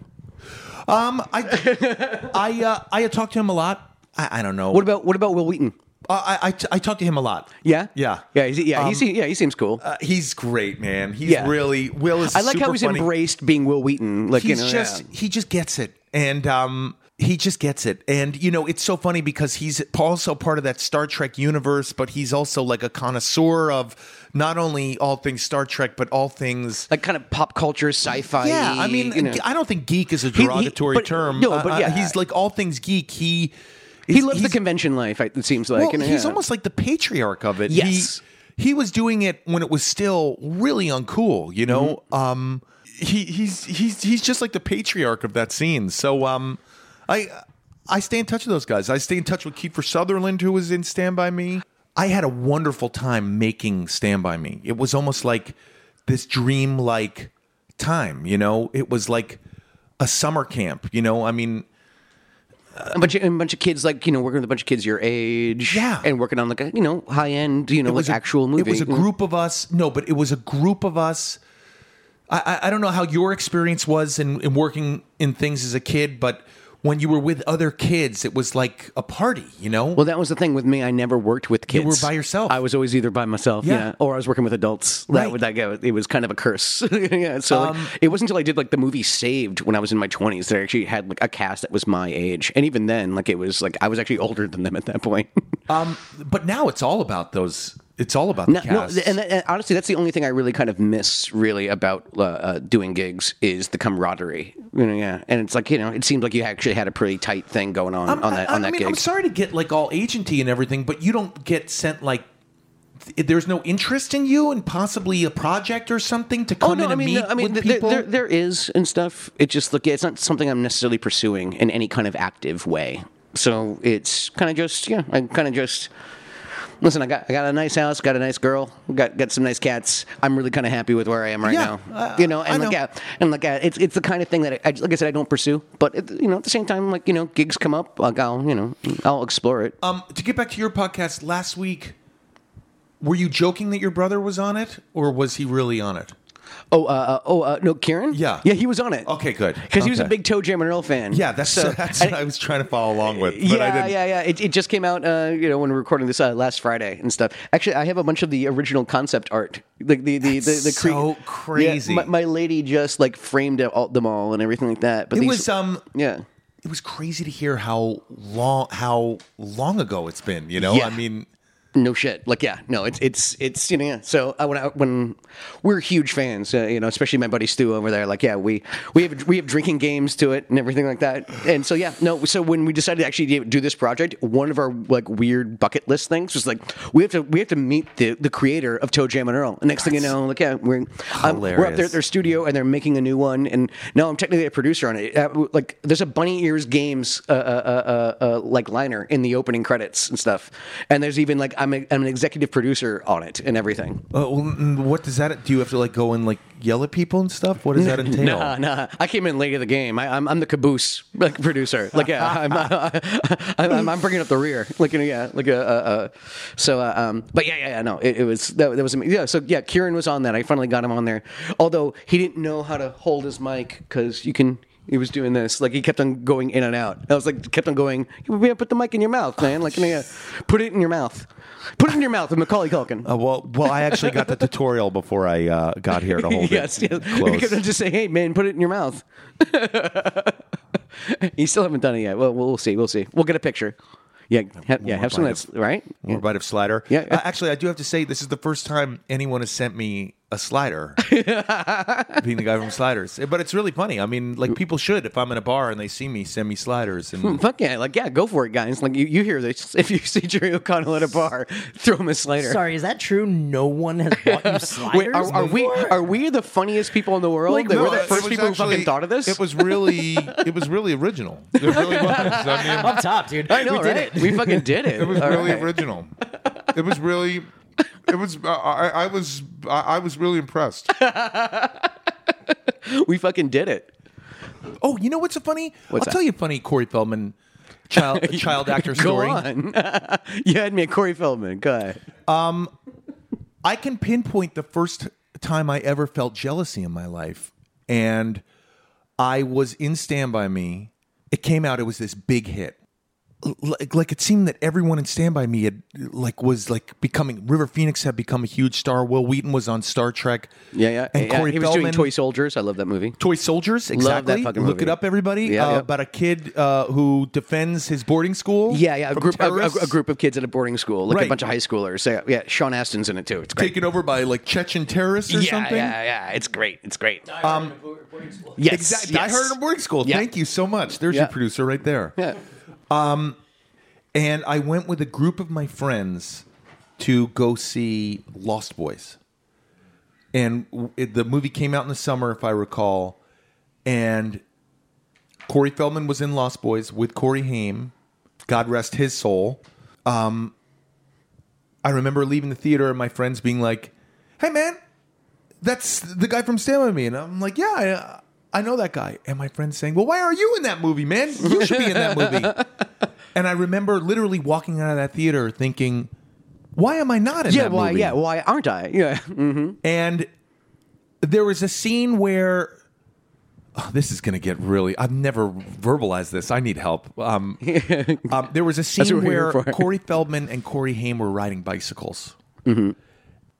S3: Um, I, I, uh, I had talked to him a lot. I, I don't know.
S2: What about what about Will Wheaton?
S3: Uh, I, I, I talk to him a lot.
S2: Yeah,
S3: Yeah. Um,
S2: yeah. He's, yeah, he seems, yeah, he seems cool.
S3: Uh, he's great, man. He's
S2: Yeah.
S3: really Will is.
S2: I like how
S3: super
S2: he's
S3: funny.
S2: embraced being Will Wheaton. Like,
S3: He's
S2: you know,
S3: just
S2: yeah.
S3: he just gets it, and um, he just gets it, and you know, it's so funny because he's also part of that Star Trek universe, but he's also like a connoisseur of not only all things Star Trek, but all things.
S2: like kind of pop culture sci-fi.
S3: yeah, I mean,
S2: you know.
S3: I don't think geek is a
S2: he-
S3: derogatory
S2: but-
S3: term.
S2: no, but
S3: Uh, uh,
S2: yeah.
S3: he's like all things geek. He
S2: he loves the
S3: he's-
S2: convention life. I- It seems like
S3: well,
S2: you know,
S3: he's
S2: yeah.
S3: almost like the patriarch of it.
S2: Yes.
S3: He, he was doing it when it was still really uncool, you know?
S2: Mm-hmm.
S3: Um he he's he's he's just like the patriarch of that scene. So um I I stay in touch with those guys. I stay in touch with Kiefer Sutherland who was in Stand by Me. I had a wonderful time making Stand by Me. It was almost like this dream like time, you know? It was like a summer camp, you know? I mean,
S2: a bunch of a bunch of kids, like you know, working with a bunch of kids your age,
S3: Yeah.
S2: and working on like a you know high end, you know, like actual movie.
S3: It was a group of us. No, but it was a group of us. I, I, I don't know how your experience was in, in working in things as a kid, but when you were with other kids, it was like a party, you know?
S2: Well, that was the thing with me. I never worked with kids.
S3: were by yourself.
S2: I was always either by myself, yeah,
S3: Yeah.
S2: or I was working with adults. That
S3: Right. Um,
S2: would that go? It was kind of a curse. yeah. So like, it wasn't until I did like the movie Saved when I was in my twenties that I actually had like a cast that was my age, and even then, like it was like I was actually older than them at that point.
S3: um, but now it's all about those. It's all about
S2: No,
S3: the
S2: no
S3: cast.
S2: and, that- and honestly, that's the only thing I really kind of miss, really, about uh, uh, doing gigs is the camaraderie. You know, yeah, and it's like you know, it seemed like you actually had a pretty tight thing going on on that
S3: I,
S2: on that
S3: I mean,
S2: gig.
S3: I'm sorry to get like all agenty and everything, but you don't get sent like th- there's no interest in you and possibly a project or something to come
S2: Oh no!
S3: in
S2: I
S3: and
S2: mean,
S3: meet
S2: no, I mean,
S3: with
S2: th- there,
S3: people.
S2: there, there is and stuff. It just look, it's not something I'm necessarily pursuing in any kind of active way. So it's kind of just, yeah, I'm kind of just. Listen, I got I got a nice house, got a nice girl, got got some nice cats. I'm really kind of happy with where I am right
S3: Yeah,
S2: now.
S3: uh,
S2: you know,
S3: I
S2: and like
S3: know.
S2: yeah, and like yeah, it's it's the kind of thing that I, I like I said I don't pursue, but at the- you know at the same time like you know gigs come up, like I'll you know I'll explore it.
S3: Um, to get back to your podcast last week, Were you joking that your brother was on it, or was he really on it?
S2: Oh, uh, uh, oh, uh, no, Kieran.
S3: Yeah.
S2: yeah, he was on it.
S3: Okay, good.
S2: Because he was a
S3: Okay.
S2: big Toe Jam and Earl fan.
S3: Yeah, that's, uh,
S2: So-
S3: that's
S2: I-
S3: what I was trying to follow along with, but
S2: yeah,
S3: I didn't.
S2: yeah, yeah. It, it just came out, uh, you know, when we were recording this uh, last Friday and stuff. Actually, I have a bunch of the original concept art. The the the the, the
S3: That's so crazy.
S2: Yeah, my, my lady just like framed it all, them all and everything like that. But
S3: It
S2: these,
S3: was um,
S2: yeah.
S3: it was crazy to hear how long how long ago it's been. You know,
S2: Yeah.
S3: I mean,
S2: No shit. Like, yeah, no, it's it's it's you know. Yeah. So I, when I, when we're huge fans, uh, you know, especially my buddy Stu over there. Like, yeah, we we have we have drinking games to it and everything like that. And so yeah, no. So when we decided to actually do this project, one of our like weird bucket list things was like we have to we have to meet the the creator of Toe Jam and Earl. And next thing you know, like yeah, we're um, we're up there at
S3: Hilarious.
S2: their studio and they're making a new one. And now I'm technically a producer on it. Uh, like, there's a Bunny Ears Games uh, uh, uh, uh, like liner in the opening credits and stuff. And there's even like I'm, a, I'm an executive producer on it and everything.
S3: uh, well, mm, what does that? Do you have to like go and like yell at people and stuff? What does that entail?
S2: Nah, nah. I came in late to the game. I, I'm, I'm the caboose like producer. Like yeah, I'm, I'm, I'm, I'm bringing up the rear. Like you know, yeah, like uh, uh, uh so. Uh, um, but yeah, yeah, yeah. No, it, it was that, that was am- yeah. So yeah, Kieran was on that. I finally got him on there. Although he didn't know how to hold his mic because you can. He was doing this, like he kept on going in and out. I was like, kept on going. Yeah, put the mic in your mouth, man. Like, yeah, put it in your mouth. Put it in your mouth, Macaulay Culkin.
S3: Uh, well, well, I actually got the tutorial before I uh, got here to hold
S2: yes,
S3: it.
S2: yes.
S3: close.
S2: He kept on just saying, "Hey, man, put it in your mouth." you still haven't done it yet. Well, we'll we'll see. We'll see. We'll get a picture. Yeah, ha- yeah.
S3: more
S2: Have some of
S3: bite
S2: that's right.
S3: More bite of slider.
S2: Yeah.
S3: Uh, actually, I do have to say this is the first time anyone has sent me a slider, being the guy from Sliders. But it's really funny. I mean, like people should if I'm in a bar and they see me, send me sliders. And
S2: Fuck yeah! Like yeah, go for it, guys. Like you, you hear this? If you see Jerry O'Connell at a bar, throw him a slider.
S4: Sorry, is that true? No one has bought you sliders.
S2: Wait, are, are we
S4: before?
S2: are we the funniest people in the world?
S4: Like,
S2: that
S4: no,
S2: we're the
S3: it- it
S2: first
S3: was
S2: people who
S3: actually-
S2: fucking thought of this.
S3: It was really, it was really original. It really was. I mean,
S4: up top, dude?
S2: I know,
S4: we did
S2: right?
S4: it.
S2: We fucking did it.
S6: It was
S2: All
S6: really
S2: right.
S6: original. It was really. It was. I, I I was. I, I was really impressed.
S2: We fucking did it.
S3: oh, you know what's a funny?
S2: What's
S3: I'll
S2: that?
S3: tell you a funny Corey Feldman child child actor
S2: Go
S3: story.
S2: on. you had me at Corey Feldman. Go ahead.
S3: I can pinpoint the first time I ever felt jealousy in my life. And I was in Stand By Me. It came out, it was this big hit. L- Like, like it seemed that everyone in Stand By Me had like was like becoming River Phoenix had become a huge star. Will Wheaton was on Star Trek.
S2: Yeah, yeah.
S3: And
S2: yeah,
S3: Corey
S2: he was doing
S3: Feldman,
S2: Toy Soldiers. I love that movie.
S3: Toy Soldiers,
S2: Love that
S3: exactly.
S2: fucking
S3: Look
S2: movie.
S3: it up, everybody.
S2: Yeah,
S3: uh,
S2: yeah.
S3: About a kid uh, who defends his boarding school.
S2: Yeah, yeah, a
S3: from
S2: group, a, a,
S3: terrorists.
S2: a group of kids at a boarding school, like a
S3: Right.
S2: bunch of high schoolers. So, yeah, Sean Astin's in it too. It's great.
S3: taken over by like Chechen terrorists or
S2: yeah,
S3: something.
S2: yeah, yeah. It's great. It's great. Um, yes,
S3: Exactly.
S2: yes.
S3: I heard in boarding school.
S2: Yeah.
S3: Thank you so much. There's
S2: Yeah.
S3: your producer right there.
S2: Yeah.
S3: And I went with a group of my friends to go see Lost Boys. And w- it, the movie came out in the summer, if I recall. And Corey Feldman was in Lost Boys with Corey Haim. God rest his soul. Um, I remember leaving the theater and my friends being like, hey, man, that's the guy from Stand By Me. And I'm like, yeah, I, I know that guy. And my friend's saying, well, why are you in that movie, man? You should be in that movie. and I remember literally walking out of that theater thinking, why am I not in
S2: Yeah,
S3: that
S2: why?
S3: movie?
S2: Yeah, why aren't I? Yeah,
S3: And there was a scene where oh, this is going to get really. I've never verbalized this. I need help. Um, um, there was a
S2: what
S3: scene
S2: we're here
S3: where
S2: for.
S3: Corey Feldman and Corey Haim were riding bicycles.
S2: Mm-hmm.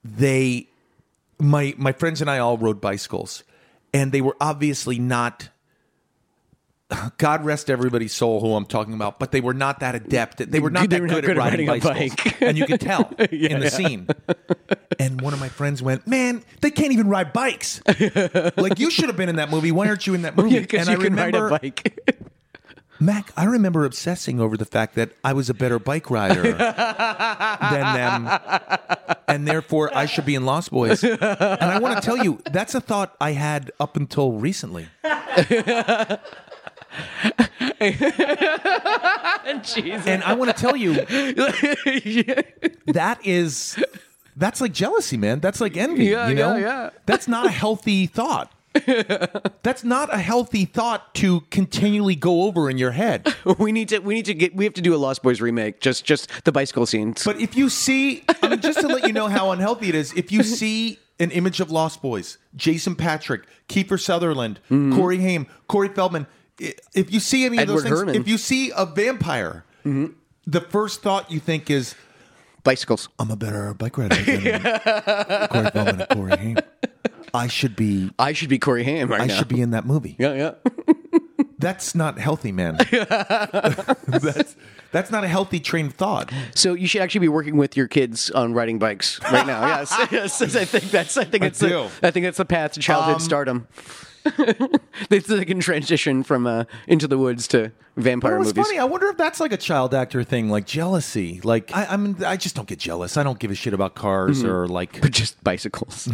S3: They, my my friends and I all rode bicycles, and they were obviously not. God rest everybody's soul who I'm talking about, but they were not that adept. They were not
S2: They
S3: that
S2: were
S3: good,
S2: not
S3: at riding,
S2: a
S3: bicycles,
S2: bike.
S3: and you could tell in the scene. And one of my friends went, "Man, they can't even ride bikes. like you should have been in that movie. Why aren't you in that movie?"
S2: because
S3: and
S2: you can ride a bike.
S3: Mac, I remember obsessing over the fact that I was a better bike rider than them, and therefore I should be in Lost Boys. And I want to tell you, that's a thought I had up until recently. And I want to tell you, that is that's like jealousy, man. That's like envy.
S2: Yeah,
S3: you know?
S2: yeah, yeah.
S3: That's not a healthy thought. That's not a healthy thought to continually go over in your head.
S2: we need to we need to get we have to do a Lost Boys remake. Just just the bicycle scenes.
S3: But if you see, I mean, just to let you know how unhealthy it is, if you see an image of Lost Boys, Jason Patrick, Kiefer Sutherland, Corey Haim, Corey Feldman, i- if you see any of those
S2: Mm-hmm. Edward Herman.
S3: things,
S2: Mm-hmm.
S3: if you see a vampire, the first thought you think is,
S2: bicycles.
S3: I'm a better bike rider than Corey Feldman and Corey Haim. I should be.
S2: I should be Corey Haim right
S3: I
S2: now.
S3: should be in that movie.
S2: Yeah, yeah.
S3: That's not healthy, man. that's that's not a healthy train of thought.
S2: So you should actually be working with your kids on riding bikes right now. Yes, yes. I think that's. I think it's.
S3: do.
S2: The, I think that's the path to childhood stardom. they, they can transition from uh, into the woods to vampire
S3: It was
S2: movies.
S3: funny. I wonder if that's like a child actor thing, like jealousy. Like I, I mean, I just don't get jealous. I don't give a shit about cars or like
S2: But just bicycles.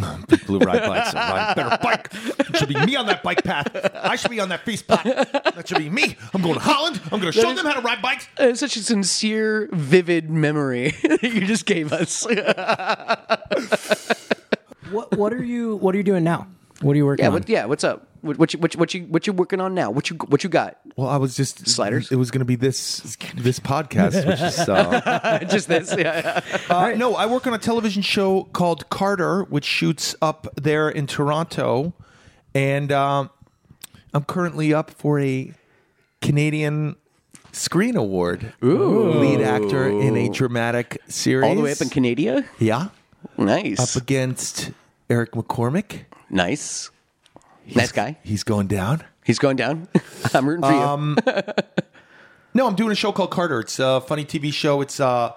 S3: blue ride bikes. I'm better bike. It should be me on that bike path. I should be on that feast path. That should be me. I'm going to Holland. I'm going to show them how to ride bikes.
S2: Uh, It's such a sincere, vivid memory that you just gave us.
S4: What What are you What are you doing now? What are you working
S2: yeah.
S4: on?
S2: What, yeah. What's up? What, what you what you what you what you working on now? What you what you got?
S3: Well, I was just
S2: Sliders?
S3: It was going to be this this podcast, which is. Uh,
S2: just this. Yeah.
S3: Uh, no, I work on a television show called Carter, which shoots up there in Toronto, and um, I'm currently up for a Canadian Screen Award, lead actor in a dramatic series,
S2: All the way up in Canada.
S3: yeah,
S2: Nice.
S3: up against Eric McCormick.
S2: nice. Nice guy.
S3: He's going down.
S2: He's going down. I'm rooting for
S3: Um,
S2: you.
S3: No, I'm doing a show called Carter. It's a funny TV show. It's uh,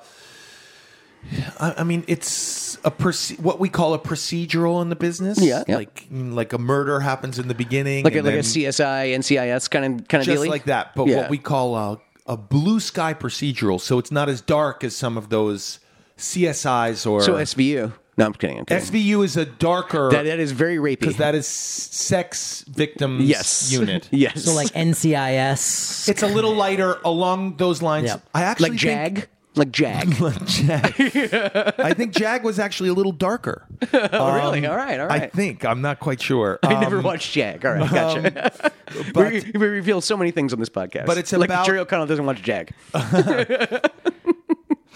S3: I, I mean, it's a proce- what we call a procedural in the business.
S2: Yeah. Yeah.
S3: like like a murder happens in the beginning,
S2: like a,
S3: and
S2: like a
S3: then
S2: CSI NCIS kind of kind of
S3: just
S2: dealy?
S3: like that. But
S2: Yeah.
S3: what we call a, a blue sky procedural. So it's not as dark as some of those CSIs or
S2: so SVU. No, I'm kidding. I'm kidding.
S3: SVU is a darker
S2: that, that is very rapey.
S3: because that is sex victims
S2: yes
S3: unit.
S2: yes.
S4: So like NCIS.
S3: It's a little lighter along those lines.
S4: Yeah.
S3: I actually
S2: like
S3: think-
S2: Jag. Like Jag.
S3: Jag. I think Jag was actually a little darker. Um,
S2: oh really? All right. All right.
S3: I think I'm not quite sure.
S2: I never
S3: Um,
S2: watched Jag. All right, gotcha.
S3: but-
S2: we, we reveal so many things on this podcast.
S3: But it's
S2: like
S3: about-
S2: Jerry O'Connell doesn't watch Jag.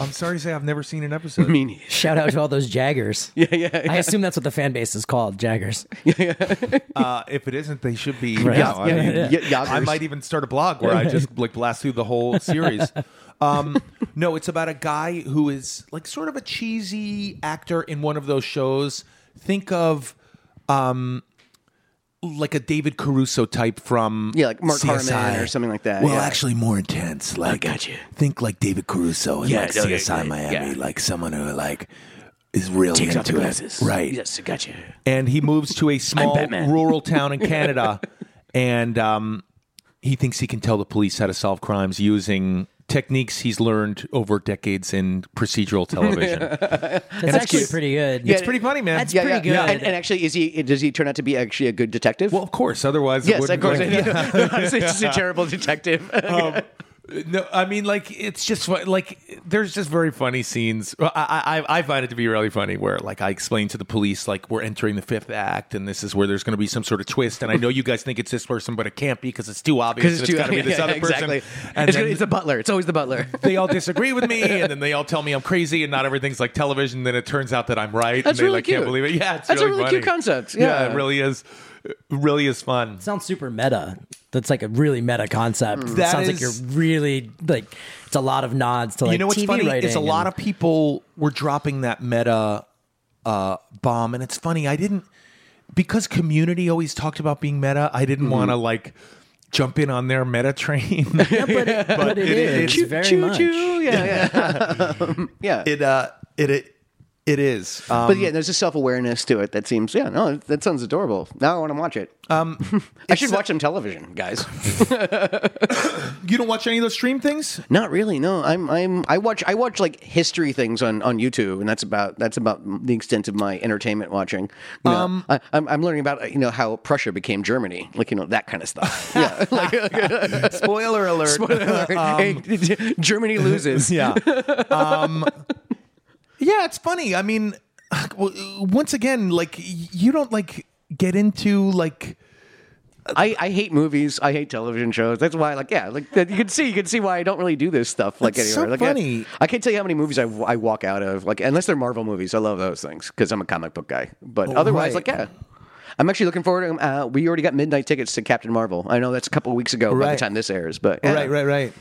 S3: I'm sorry to say I've never seen an episode.
S2: mean, he-
S4: Shout out to all those Jaggers.
S2: yeah, yeah, yeah.
S4: I assume that's what the fan base is called, Jaggers.
S3: Uh, if it isn't, they should be.
S2: Yeah,
S3: now. Oh, I mean,
S2: yeah, yeah. Yeah,
S3: I
S2: yoggers.
S3: might even start a blog where I just like blast through the whole series. Um, no, it's about a guy who is like sort of a cheesy actor in one of those shows. Think of um, like a David Caruso type from
S2: Yeah, like Mark
S3: CSI.
S2: Harmon or something like that,
S3: Well,
S2: yeah.
S3: actually, more intense. Like,
S2: gotcha.
S3: Think like David Caruso and
S2: Yeah,
S3: like
S2: no, yeah,
S3: CSI
S2: yeah,
S3: Miami,
S2: yeah.
S3: like someone who like is really
S2: Takes off
S3: into
S2: the glasses.
S3: it, right?
S2: Yes, gotcha.
S3: and he moves to a small
S2: Batman.
S3: rural town in Canada, and um, he thinks he can tell the police how to solve crimes using techniques he's learned over decades in procedural television.
S4: That's actually pretty good.
S3: it's pretty funny, man.
S4: That's
S2: Yeah,
S4: pretty
S2: yeah.
S4: good.
S2: And, and actually, is he? Does he turn out to be actually a good detective?
S3: well, of course. Otherwise, it
S2: yes, of
S3: wouldn't-
S2: course. He's
S3: like,
S2: just a terrible detective.
S3: Um, No, I mean, like it's just fu- like there's just very funny scenes. Well, I, I I find it to be really funny where like I explain to the police like we're entering the fifth act and this is where there's going to be some sort of twist and I know you guys think it's this person but it can't be because it's too obvious.
S2: Because
S3: and
S2: it's too
S3: got to be this
S2: yeah,
S3: other
S2: exactly.
S3: person. And
S2: it's,
S3: then
S2: gonna- it's the butler. It's always the butler.
S3: they all disagree with me and then they all tell me I'm crazy and not everything's like television. Then it turns out that I'm right.
S2: That's
S3: and they
S2: really
S3: like can't
S2: cute.
S3: believe it. Yeah, it's
S2: That's a
S3: really
S2: really cute
S3: funny.
S2: concept.
S3: it
S2: Yeah.
S3: really is. It really is fun.
S4: sounds super meta. That's like a really meta concept. It
S3: That
S4: sounds like
S3: is-
S4: you're really like it's a lot of nods to like
S3: you know what's
S4: TV
S3: funny
S4: writing.
S3: is a lot of people were dropping that meta uh, bomb, and it's funny. I didn't because Community always talked about being meta. I didn't want to like jump in on their meta train.
S4: and, but, it, but it
S3: it
S4: is
S3: is.
S4: very
S2: Choo
S4: much.
S2: choo. Yeah, yeah. yeah.
S3: it uh, it it it is. Um,
S2: but yeah, there's a self awareness to it that seems, yeah, no, that sounds adorable. Now I want to watch it. Um, I should watch some television, guys.
S3: you don't watch any of those stream things.
S2: Not really. No, I'm, I'm, I watch, I watch like history things on, on YouTube, and that's about, that's about the extent of my entertainment watching. You know, I, I'm, I'm learning about, you know, how Prussia became Germany, like, you know, that kind of stuff. yeah. Like,
S3: Spoiler alert.
S2: Hey, Germany loses.
S3: yeah. Um, yeah, it's funny. I mean, well, once again, like y- you don't like get into like
S2: I, I hate movies. I hate television shows. That's why, like, yeah, like that- you can see, you can see why I don't really do this stuff like
S3: That's so
S2: anymore. like, I-
S3: funny.
S2: I, can't tell you how many movies I, I walk out of, like, unless they're Marvel movies. I love those things because I'm a comic book guy. But otherwise,
S3: Oh, right.
S2: like, yeah. I'm actually looking forward to. Uh, we already got midnight tickets to Captain Marvel. I know that's a couple of weeks ago by the
S3: Right.
S2: time this airs, but yeah.
S3: Right, right, right.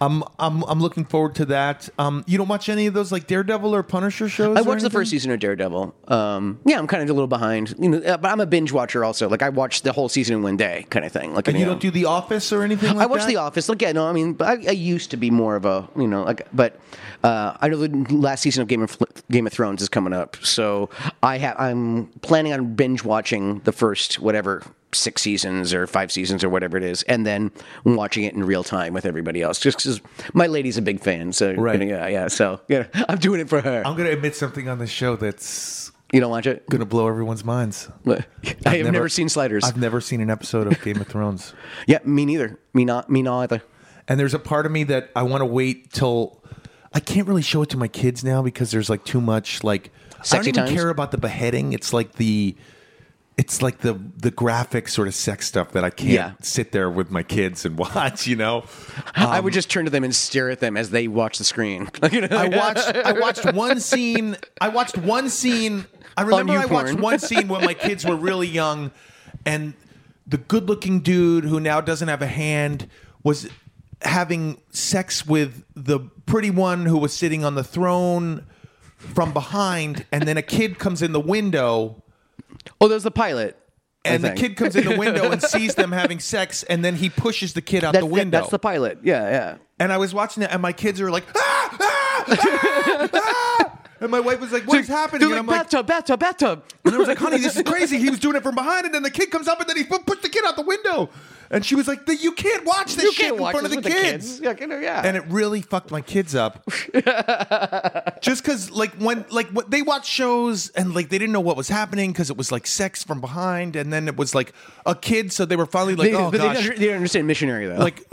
S3: I'm I'm I'm looking forward to that. Um, you don't watch any of those like Daredevil or Punisher shows?
S2: I
S3: or
S2: watched the
S3: anything?
S2: first season of Daredevil. Um, yeah, I'm kind of a little behind, you know, uh, but I'm a binge watcher also. Like I watched the whole season in one day, kind of thing. Like
S3: And you
S2: know.
S3: don't do The Office or anything like
S2: I watched
S3: that?
S2: The Office. Like, yeah, no, I mean, but I, I used to be more of a, you know, like, but uh, I know the last season of Game of Fl- Game of Thrones is coming up, so I have I'm planning on binge watching the first whatever six seasons or five seasons or whatever it is, and then watching it in real time with everybody else. Just because my lady's a big fan, so
S3: Right. Um,
S2: yeah, yeah. So yeah, I'm doing it for her.
S3: I'm gonna admit something on this show that's
S2: you don't watch it?
S3: gonna blow everyone's minds.
S2: What? I have never, seen Sliders.
S3: I've never seen an episode of Game of Thrones.
S2: yeah, me neither. Me not. Me not either.
S3: And there's a part of me that I want to wait till I can't really show it to my kids now because there's like too much like I don't
S2: Sexy
S3: even
S2: times?
S3: care about the beheading. It's like the it's like the the graphic sort of sex stuff that I can't
S2: Yeah.
S3: sit there with my kids and watch, you know.
S2: I would just turn to them and stare at them as they watch the screen. You know?
S3: Um, I watched I watched one scene. I watched one scene. I remember I watched
S2: YouPorn.
S3: one scene when my kids were really young, and the good-looking dude who now doesn't have a hand was having sex with the pretty one who was sitting on the throne from behind, and then a kid comes in the window.
S2: Oh, there's the pilot. I
S3: And the
S2: think.
S3: kid comes in the window and sees them having sex, and then he pushes the kid out
S2: That's
S3: the window.
S2: That's the pilot. Yeah, yeah.
S3: And I was watching it, and my kids were like, ah, ah, ah, ah." and my wife was like, "What's happening?"
S2: Dude,
S3: and
S2: like,
S3: I'm like,
S2: bathtub, bathtub, bathtub.
S3: and I was like, "Honey, this is crazy." He was doing it from behind, and then the kid comes up, and then he pu- pushed the kid out the window. And she was like, "You can't watch this
S2: You
S3: shit
S2: can't
S3: in
S2: watch
S3: front of
S2: this
S3: the
S2: with
S3: kids.
S2: the kids. Yeah, you know, yeah.
S3: And it really fucked my kids up. Just because, like, when like what they watched shows and like they didn't know what was happening because it was like sex from behind, and then it was like a kid, so they were finally like,
S2: they,
S3: "Oh
S2: but they,
S3: gosh."
S2: don't, they don't understand missionary though.
S3: like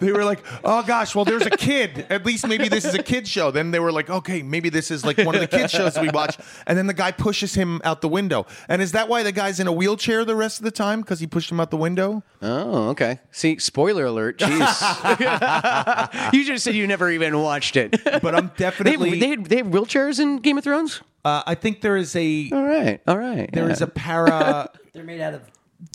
S3: they were like oh gosh well there's a kid at least maybe this is a kid show then they were like okay maybe this is like one of the kid shows we watch and then the guy pushes him out the window and is that why the guy's in a wheelchair the rest of the time because he pushed him out the window
S2: oh, okay. See, spoiler alert. Jeez. you just said you never even watched it.
S3: but i'm
S2: they, have,
S3: definitely
S2: they, have, they have wheelchairs in Game of Thrones.
S3: uh, i think there is a
S2: All right, all right.
S3: there
S2: yeah.
S3: is a para
S4: They're made out of.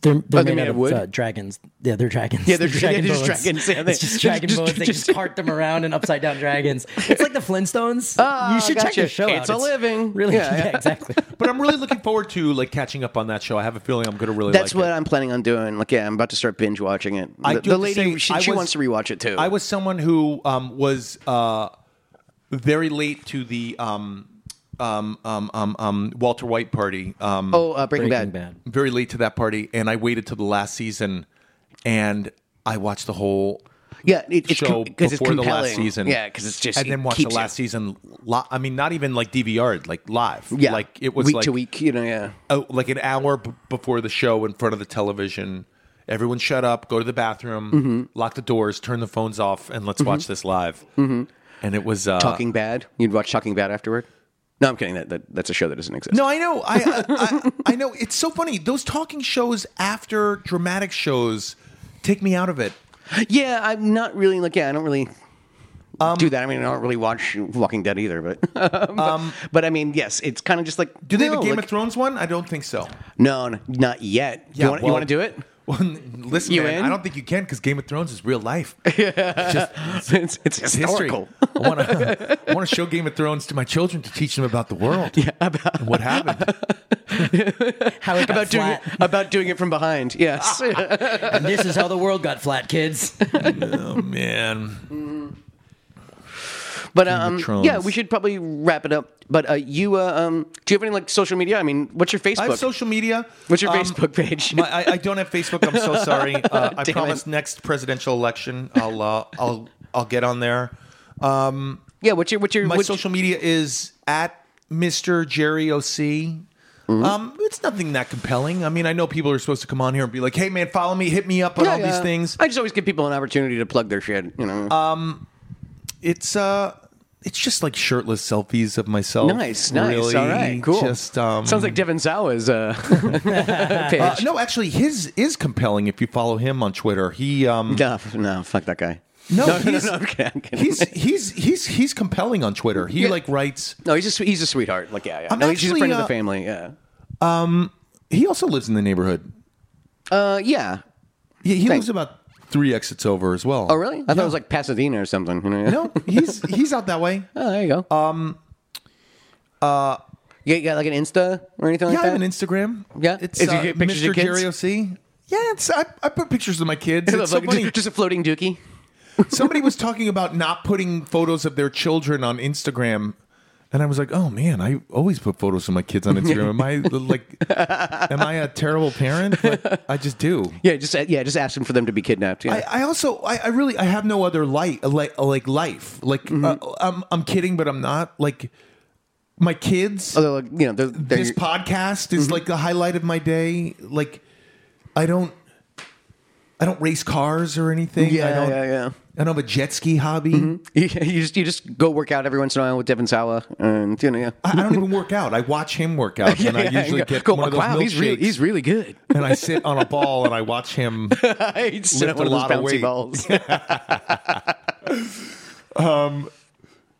S4: They're, they're made,
S2: made
S4: out
S2: of
S4: of
S2: wood?
S4: uh, dragons. Yeah, they're dragons.
S2: Yeah, they're dra-
S4: dragon
S2: yeah, just
S4: bones.
S2: dragons. Yeah, they-
S4: it's just
S2: just-
S4: dragon
S2: just-
S4: bones. They just
S2: just-
S4: cart them around and upside down dragons. It's like the Flintstones.
S2: Ah,
S4: you should check
S2: gotcha.
S4: your show
S2: It's
S4: out.
S2: a living.
S4: Really?
S2: Yeah,
S4: Yeah,
S2: yeah.
S4: exactly.
S3: but i'm really looking forward to like catching up on that show i have a feeling i'm gonna really
S2: That's
S3: like
S2: what
S3: it.
S2: I'm planning on doing. Like, yeah, I'm about to start binge watching it.
S3: I
S2: the,
S3: do
S2: the
S3: have to
S2: lady,
S3: say,
S2: she,
S3: I
S2: she
S3: was-
S2: wants to rewatch it too.
S3: I was someone who um, was uh, very late to the um, um, um, um, um, Walter White party. Um,
S2: oh, uh, Breaking,
S4: Breaking
S2: Bad.
S4: Bad.
S3: Very late to that party, and I waited till the last season, and I watched the whole
S2: Yeah, it, it's
S3: show
S2: because it's
S3: before the
S2: compelling.
S3: last season.
S2: Yeah, because it's just
S3: and
S2: it
S3: then watched the
S2: keeps you-
S3: last season. Li- I mean, not even like DVR'd, like live.
S2: Yeah,
S3: like it was
S2: week
S3: like
S2: to week. You know, yeah.
S3: oh, like an hour b- before the show in front of the television. Everyone shut up, go to the bathroom,
S2: Mm-hmm.
S3: lock the doors, turn the phones off, and let's watch this live. Mm-hmm. And it was uh,
S2: Talking Bad. You'd watch Talking Bad afterward. No, I'm kidding. That, that that's a show that doesn't exist.
S3: No, I know. I, I, I I know. It's so funny. Those talking shows after dramatic shows take me out of it.
S2: Yeah, I'm not really like. Yeah, I don't really
S3: Um,
S2: do that. I mean, I don't really watch Walking Dead either. But but, but I mean, yes, it's kind of just like.
S3: Um, Do they have
S2: no,
S3: a Game
S2: like-
S3: of Thrones one? I don't think so.
S2: No, no, not yet.
S3: Yeah,
S2: you want
S3: well-
S2: to do it?
S3: Well, listen,
S2: You
S3: man,
S2: in?
S3: I don't think you can because Game of Thrones is real life.
S2: It's, it's
S3: It's history.
S2: historical.
S3: I want to I want to show Game of Thrones to my children to teach them about the world. Yeah, about and what happened.
S4: How it got
S2: About doing,
S4: flat.
S2: it, about doing it from behind. Yes.
S3: Ah,
S4: and this is how the world got flat, kids.
S3: Oh man,
S2: But um,
S3: Thrones.
S2: yeah, we should probably wrap it up. But uh, you, uh, um, do you have any like social media? I mean, what's your Facebook?
S3: I have social media.
S2: what's your
S3: Um,
S2: Facebook page?
S3: my, I, I don't have Facebook. I'm so sorry. Uh, I
S2: Damn
S3: promise
S2: it.
S3: next presidential election, I'll uh, I'll I'll get on there. Um,
S2: yeah, what's your what's your
S3: my
S2: what's-
S3: social media is at Mr. Jerry OC.
S2: Mm-hmm.
S3: Um, it's nothing that compelling. I mean, I know people are supposed to come on here and be like, "Hey, man, follow me, hit me up on
S2: Yeah,
S3: all these
S2: yeah.
S3: things."
S2: I just always give people an opportunity to plug their shit. You know,
S3: It's uh, it's just like shirtless selfies of myself.
S2: Nice, nice.
S3: Really
S2: All right, cool.
S3: Just um,
S2: Sounds like Devin Sawa's uh, page.
S3: Uh, no, actually, his is compelling if you follow him on Twitter. He um,
S2: no, no, fuck that guy.
S3: no,
S2: no, no,
S3: he's,
S2: no, okay, I'm kidding.
S3: he's he's he's he's compelling on Twitter. He
S2: Yeah.
S3: like writes.
S2: No, he's just he's a sweetheart. Like yeah, yeah.
S3: I'm
S2: no, he's just a
S3: actually,
S2: friend of
S3: uh,
S2: the family. Yeah.
S3: He also lives in the neighborhood.
S2: Uh, yeah.
S3: Yeah, he
S2: Thanks.
S3: lives about three exits over as well.
S2: Oh really? I thought it was like Pasadena or something.
S3: No, he's he's out that way.
S2: Oh, there you go. Um. Uh. You got like an Insta or anything
S3: Yeah,
S2: like
S3: I
S2: that?
S3: have an Instagram.
S2: Yeah?
S3: it's
S2: Is you
S3: uh,
S2: get pictures of
S3: Mr.
S2: kids?
S3: Jerry OC. Yeah, it's, I, I put pictures of my kids. It's so
S2: Like,
S3: funny.
S2: Just a floating dookie.
S3: Somebody was talking about not putting photos of their children on Instagram. And I was like, "Oh man, I always put photos of my kids on Instagram. Am I like, am I a terrible parent? Like, I just do.
S2: Yeah, just uh, yeah, just ask him for them to be kidnapped. Yeah.
S3: I, I also, I, I really, I have no other light, uh, like, like life. Like,
S2: Mm-hmm.
S3: uh, I'm, I'm kidding, but I'm not. Like, my kids.
S2: Although, like, you know, they're, they're,
S3: this podcast
S2: Mm-hmm.
S3: is like the highlight of my day. Like, I don't, I don't race cars or anything.
S2: Yeah,
S3: I don't,
S2: yeah, Mm-hmm. yeah.
S3: I don't have a jet ski hobby.
S2: you, you just you just go work out every once in a while with Devin Sawa, and you know, yeah.
S3: I, I don't even work out. I watch him work out, and I
S2: Yeah, yeah,
S3: usually
S2: you go-
S3: get
S2: go,
S3: one of those
S2: wow,
S3: milkshakes.
S2: he's really he's really good.
S3: and I sit on a ball and I watch him.
S2: I sit
S3: Lift
S2: on one
S3: a
S2: of those
S3: lot of
S2: bouncy
S3: weight.
S2: balls.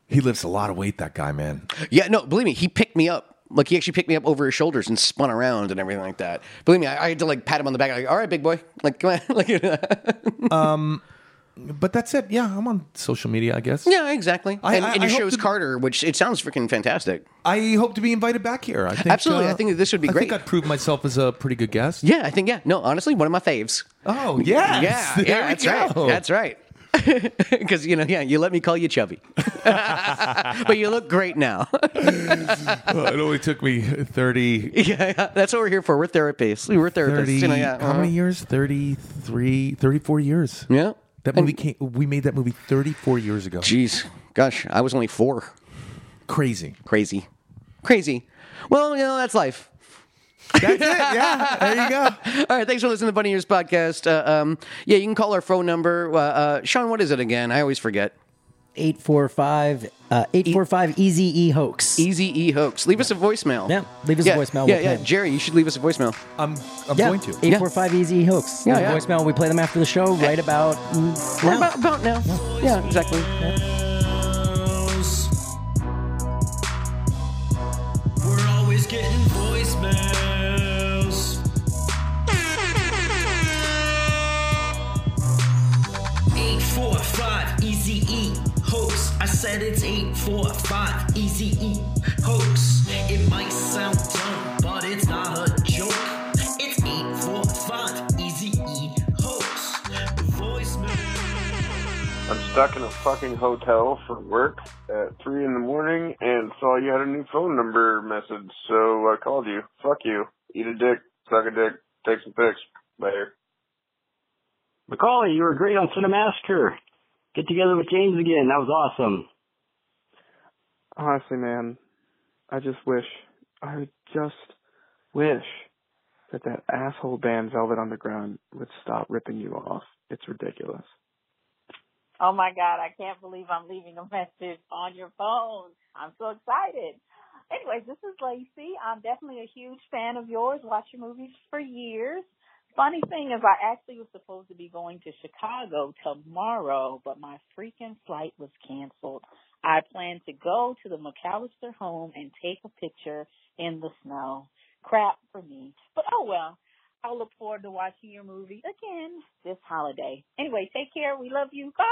S3: He lifts a lot of weight. That guy, man.
S2: yeah, no, believe me, he picked me up. Like he actually picked me up over his shoulders and spun around and everything like that. Believe me, I, I had to like pat him on the back. Like, all right, big boy, like come on, like
S3: But that's it. Yeah, I'm on social media. I guess.
S2: yeah, exactly.
S3: I-
S2: and,
S3: I-
S2: and
S3: I
S2: your
S3: hope
S2: show's
S3: to-
S2: Carter, which it sounds freaking fantastic.
S3: I hope to be invited back here. I think, uh,
S2: Absolutely. I think that this would be
S3: I
S2: great.
S3: think I'd prove myself as a pretty good guest.
S2: Yeah, I think yeah. No, honestly, one of my faves.
S3: Oh yes.
S2: Yeah,
S3: There
S2: yeah,
S3: we
S2: that's
S3: go.
S2: right. That's right. Because you know, yeah, you let me call you chubby, but you look great now.
S3: it only took me 30
S2: yeah, yeah, that's what we're here for. We're therapists. We're therapists.
S3: 30
S2: you know, yeah, Uh-huh.
S3: how many years 33 34 years
S2: Yeah.
S3: that movie came we made that movie 34 years ago
S2: Jeez, gosh, I was only four.
S3: crazy
S2: Crazy, crazy. Well, you know, that's life.
S3: that's it yeah there you go
S2: All right, thanks for listening to Bunny Ears podcast. Uh, um, yeah, you can call our phone number. Uh, uh, Sean, what is it again? I always forget.
S4: 845 uh, 845 Easy E hoax.
S2: Easy E hoax. Leave us a voicemail.
S4: Yeah, leave us a
S2: Yeah,
S4: voicemail. Oh,
S2: Yeah,
S4: We'll
S2: yeah,
S4: play it.
S2: Jerry, you should leave us a voicemail.
S3: i'm i'm
S4: yeah,
S3: going to
S4: 845 Easy E hoax.
S2: Yeah,
S4: Yeah,
S2: yeah.
S4: Voicemail. We play them after the show right about. mm,
S2: We're
S4: now.
S2: about, about now. Yeah, exactly.
S7: We're always getting voicemails. Eight four five easy E hoax. I said it's eight four five easy E hoax. It might sound dumb, but it's not a joke. It's eight four five easy E hoax. Voicemail.
S8: I'm stuck in a fucking hotel for work at three in the morning and saw you had a new phone number message, so I called you. Fuck you. Eat a dick, suck a dick, take some pics. Later.
S9: Macaulay, you were great on Cinemassacre. Get together with James again. That was awesome.
S10: honestly, man, I just wish, I just wish that that asshole band Velvet Underground would stop ripping you off. It's ridiculous.
S11: Oh my God, I can't believe I'm leaving a message on your phone. I'm so excited. Anyways, this is Lacey. I'm definitely a huge fan of yours. Watch your movies for years. Funny thing is, I actually was supposed to be going to Chicago tomorrow, but my freaking flight was canceled. I planned to go to the McAllister home and take a picture in the snow. Crap for me. But oh well. I'll look forward to watching your movie again this holiday. Anyway, take care. We love you. Bye.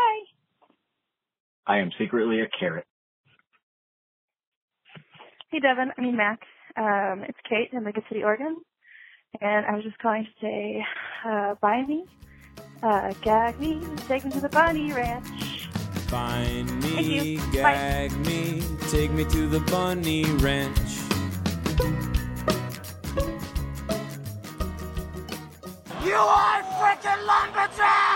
S9: I am secretly a carrot.
S11: Hey, Devin. I mean, Max. Um, it's Kate in Lincoln City, Oregon. And I was just calling to say, uh, buy me, uh, gag me, take me to the bunny ranch.
S1: Find
S11: Thank
S1: me,
S11: you. Bye.
S1: gag me, take me to the bunny ranch.
S7: You are freaking lumberjack!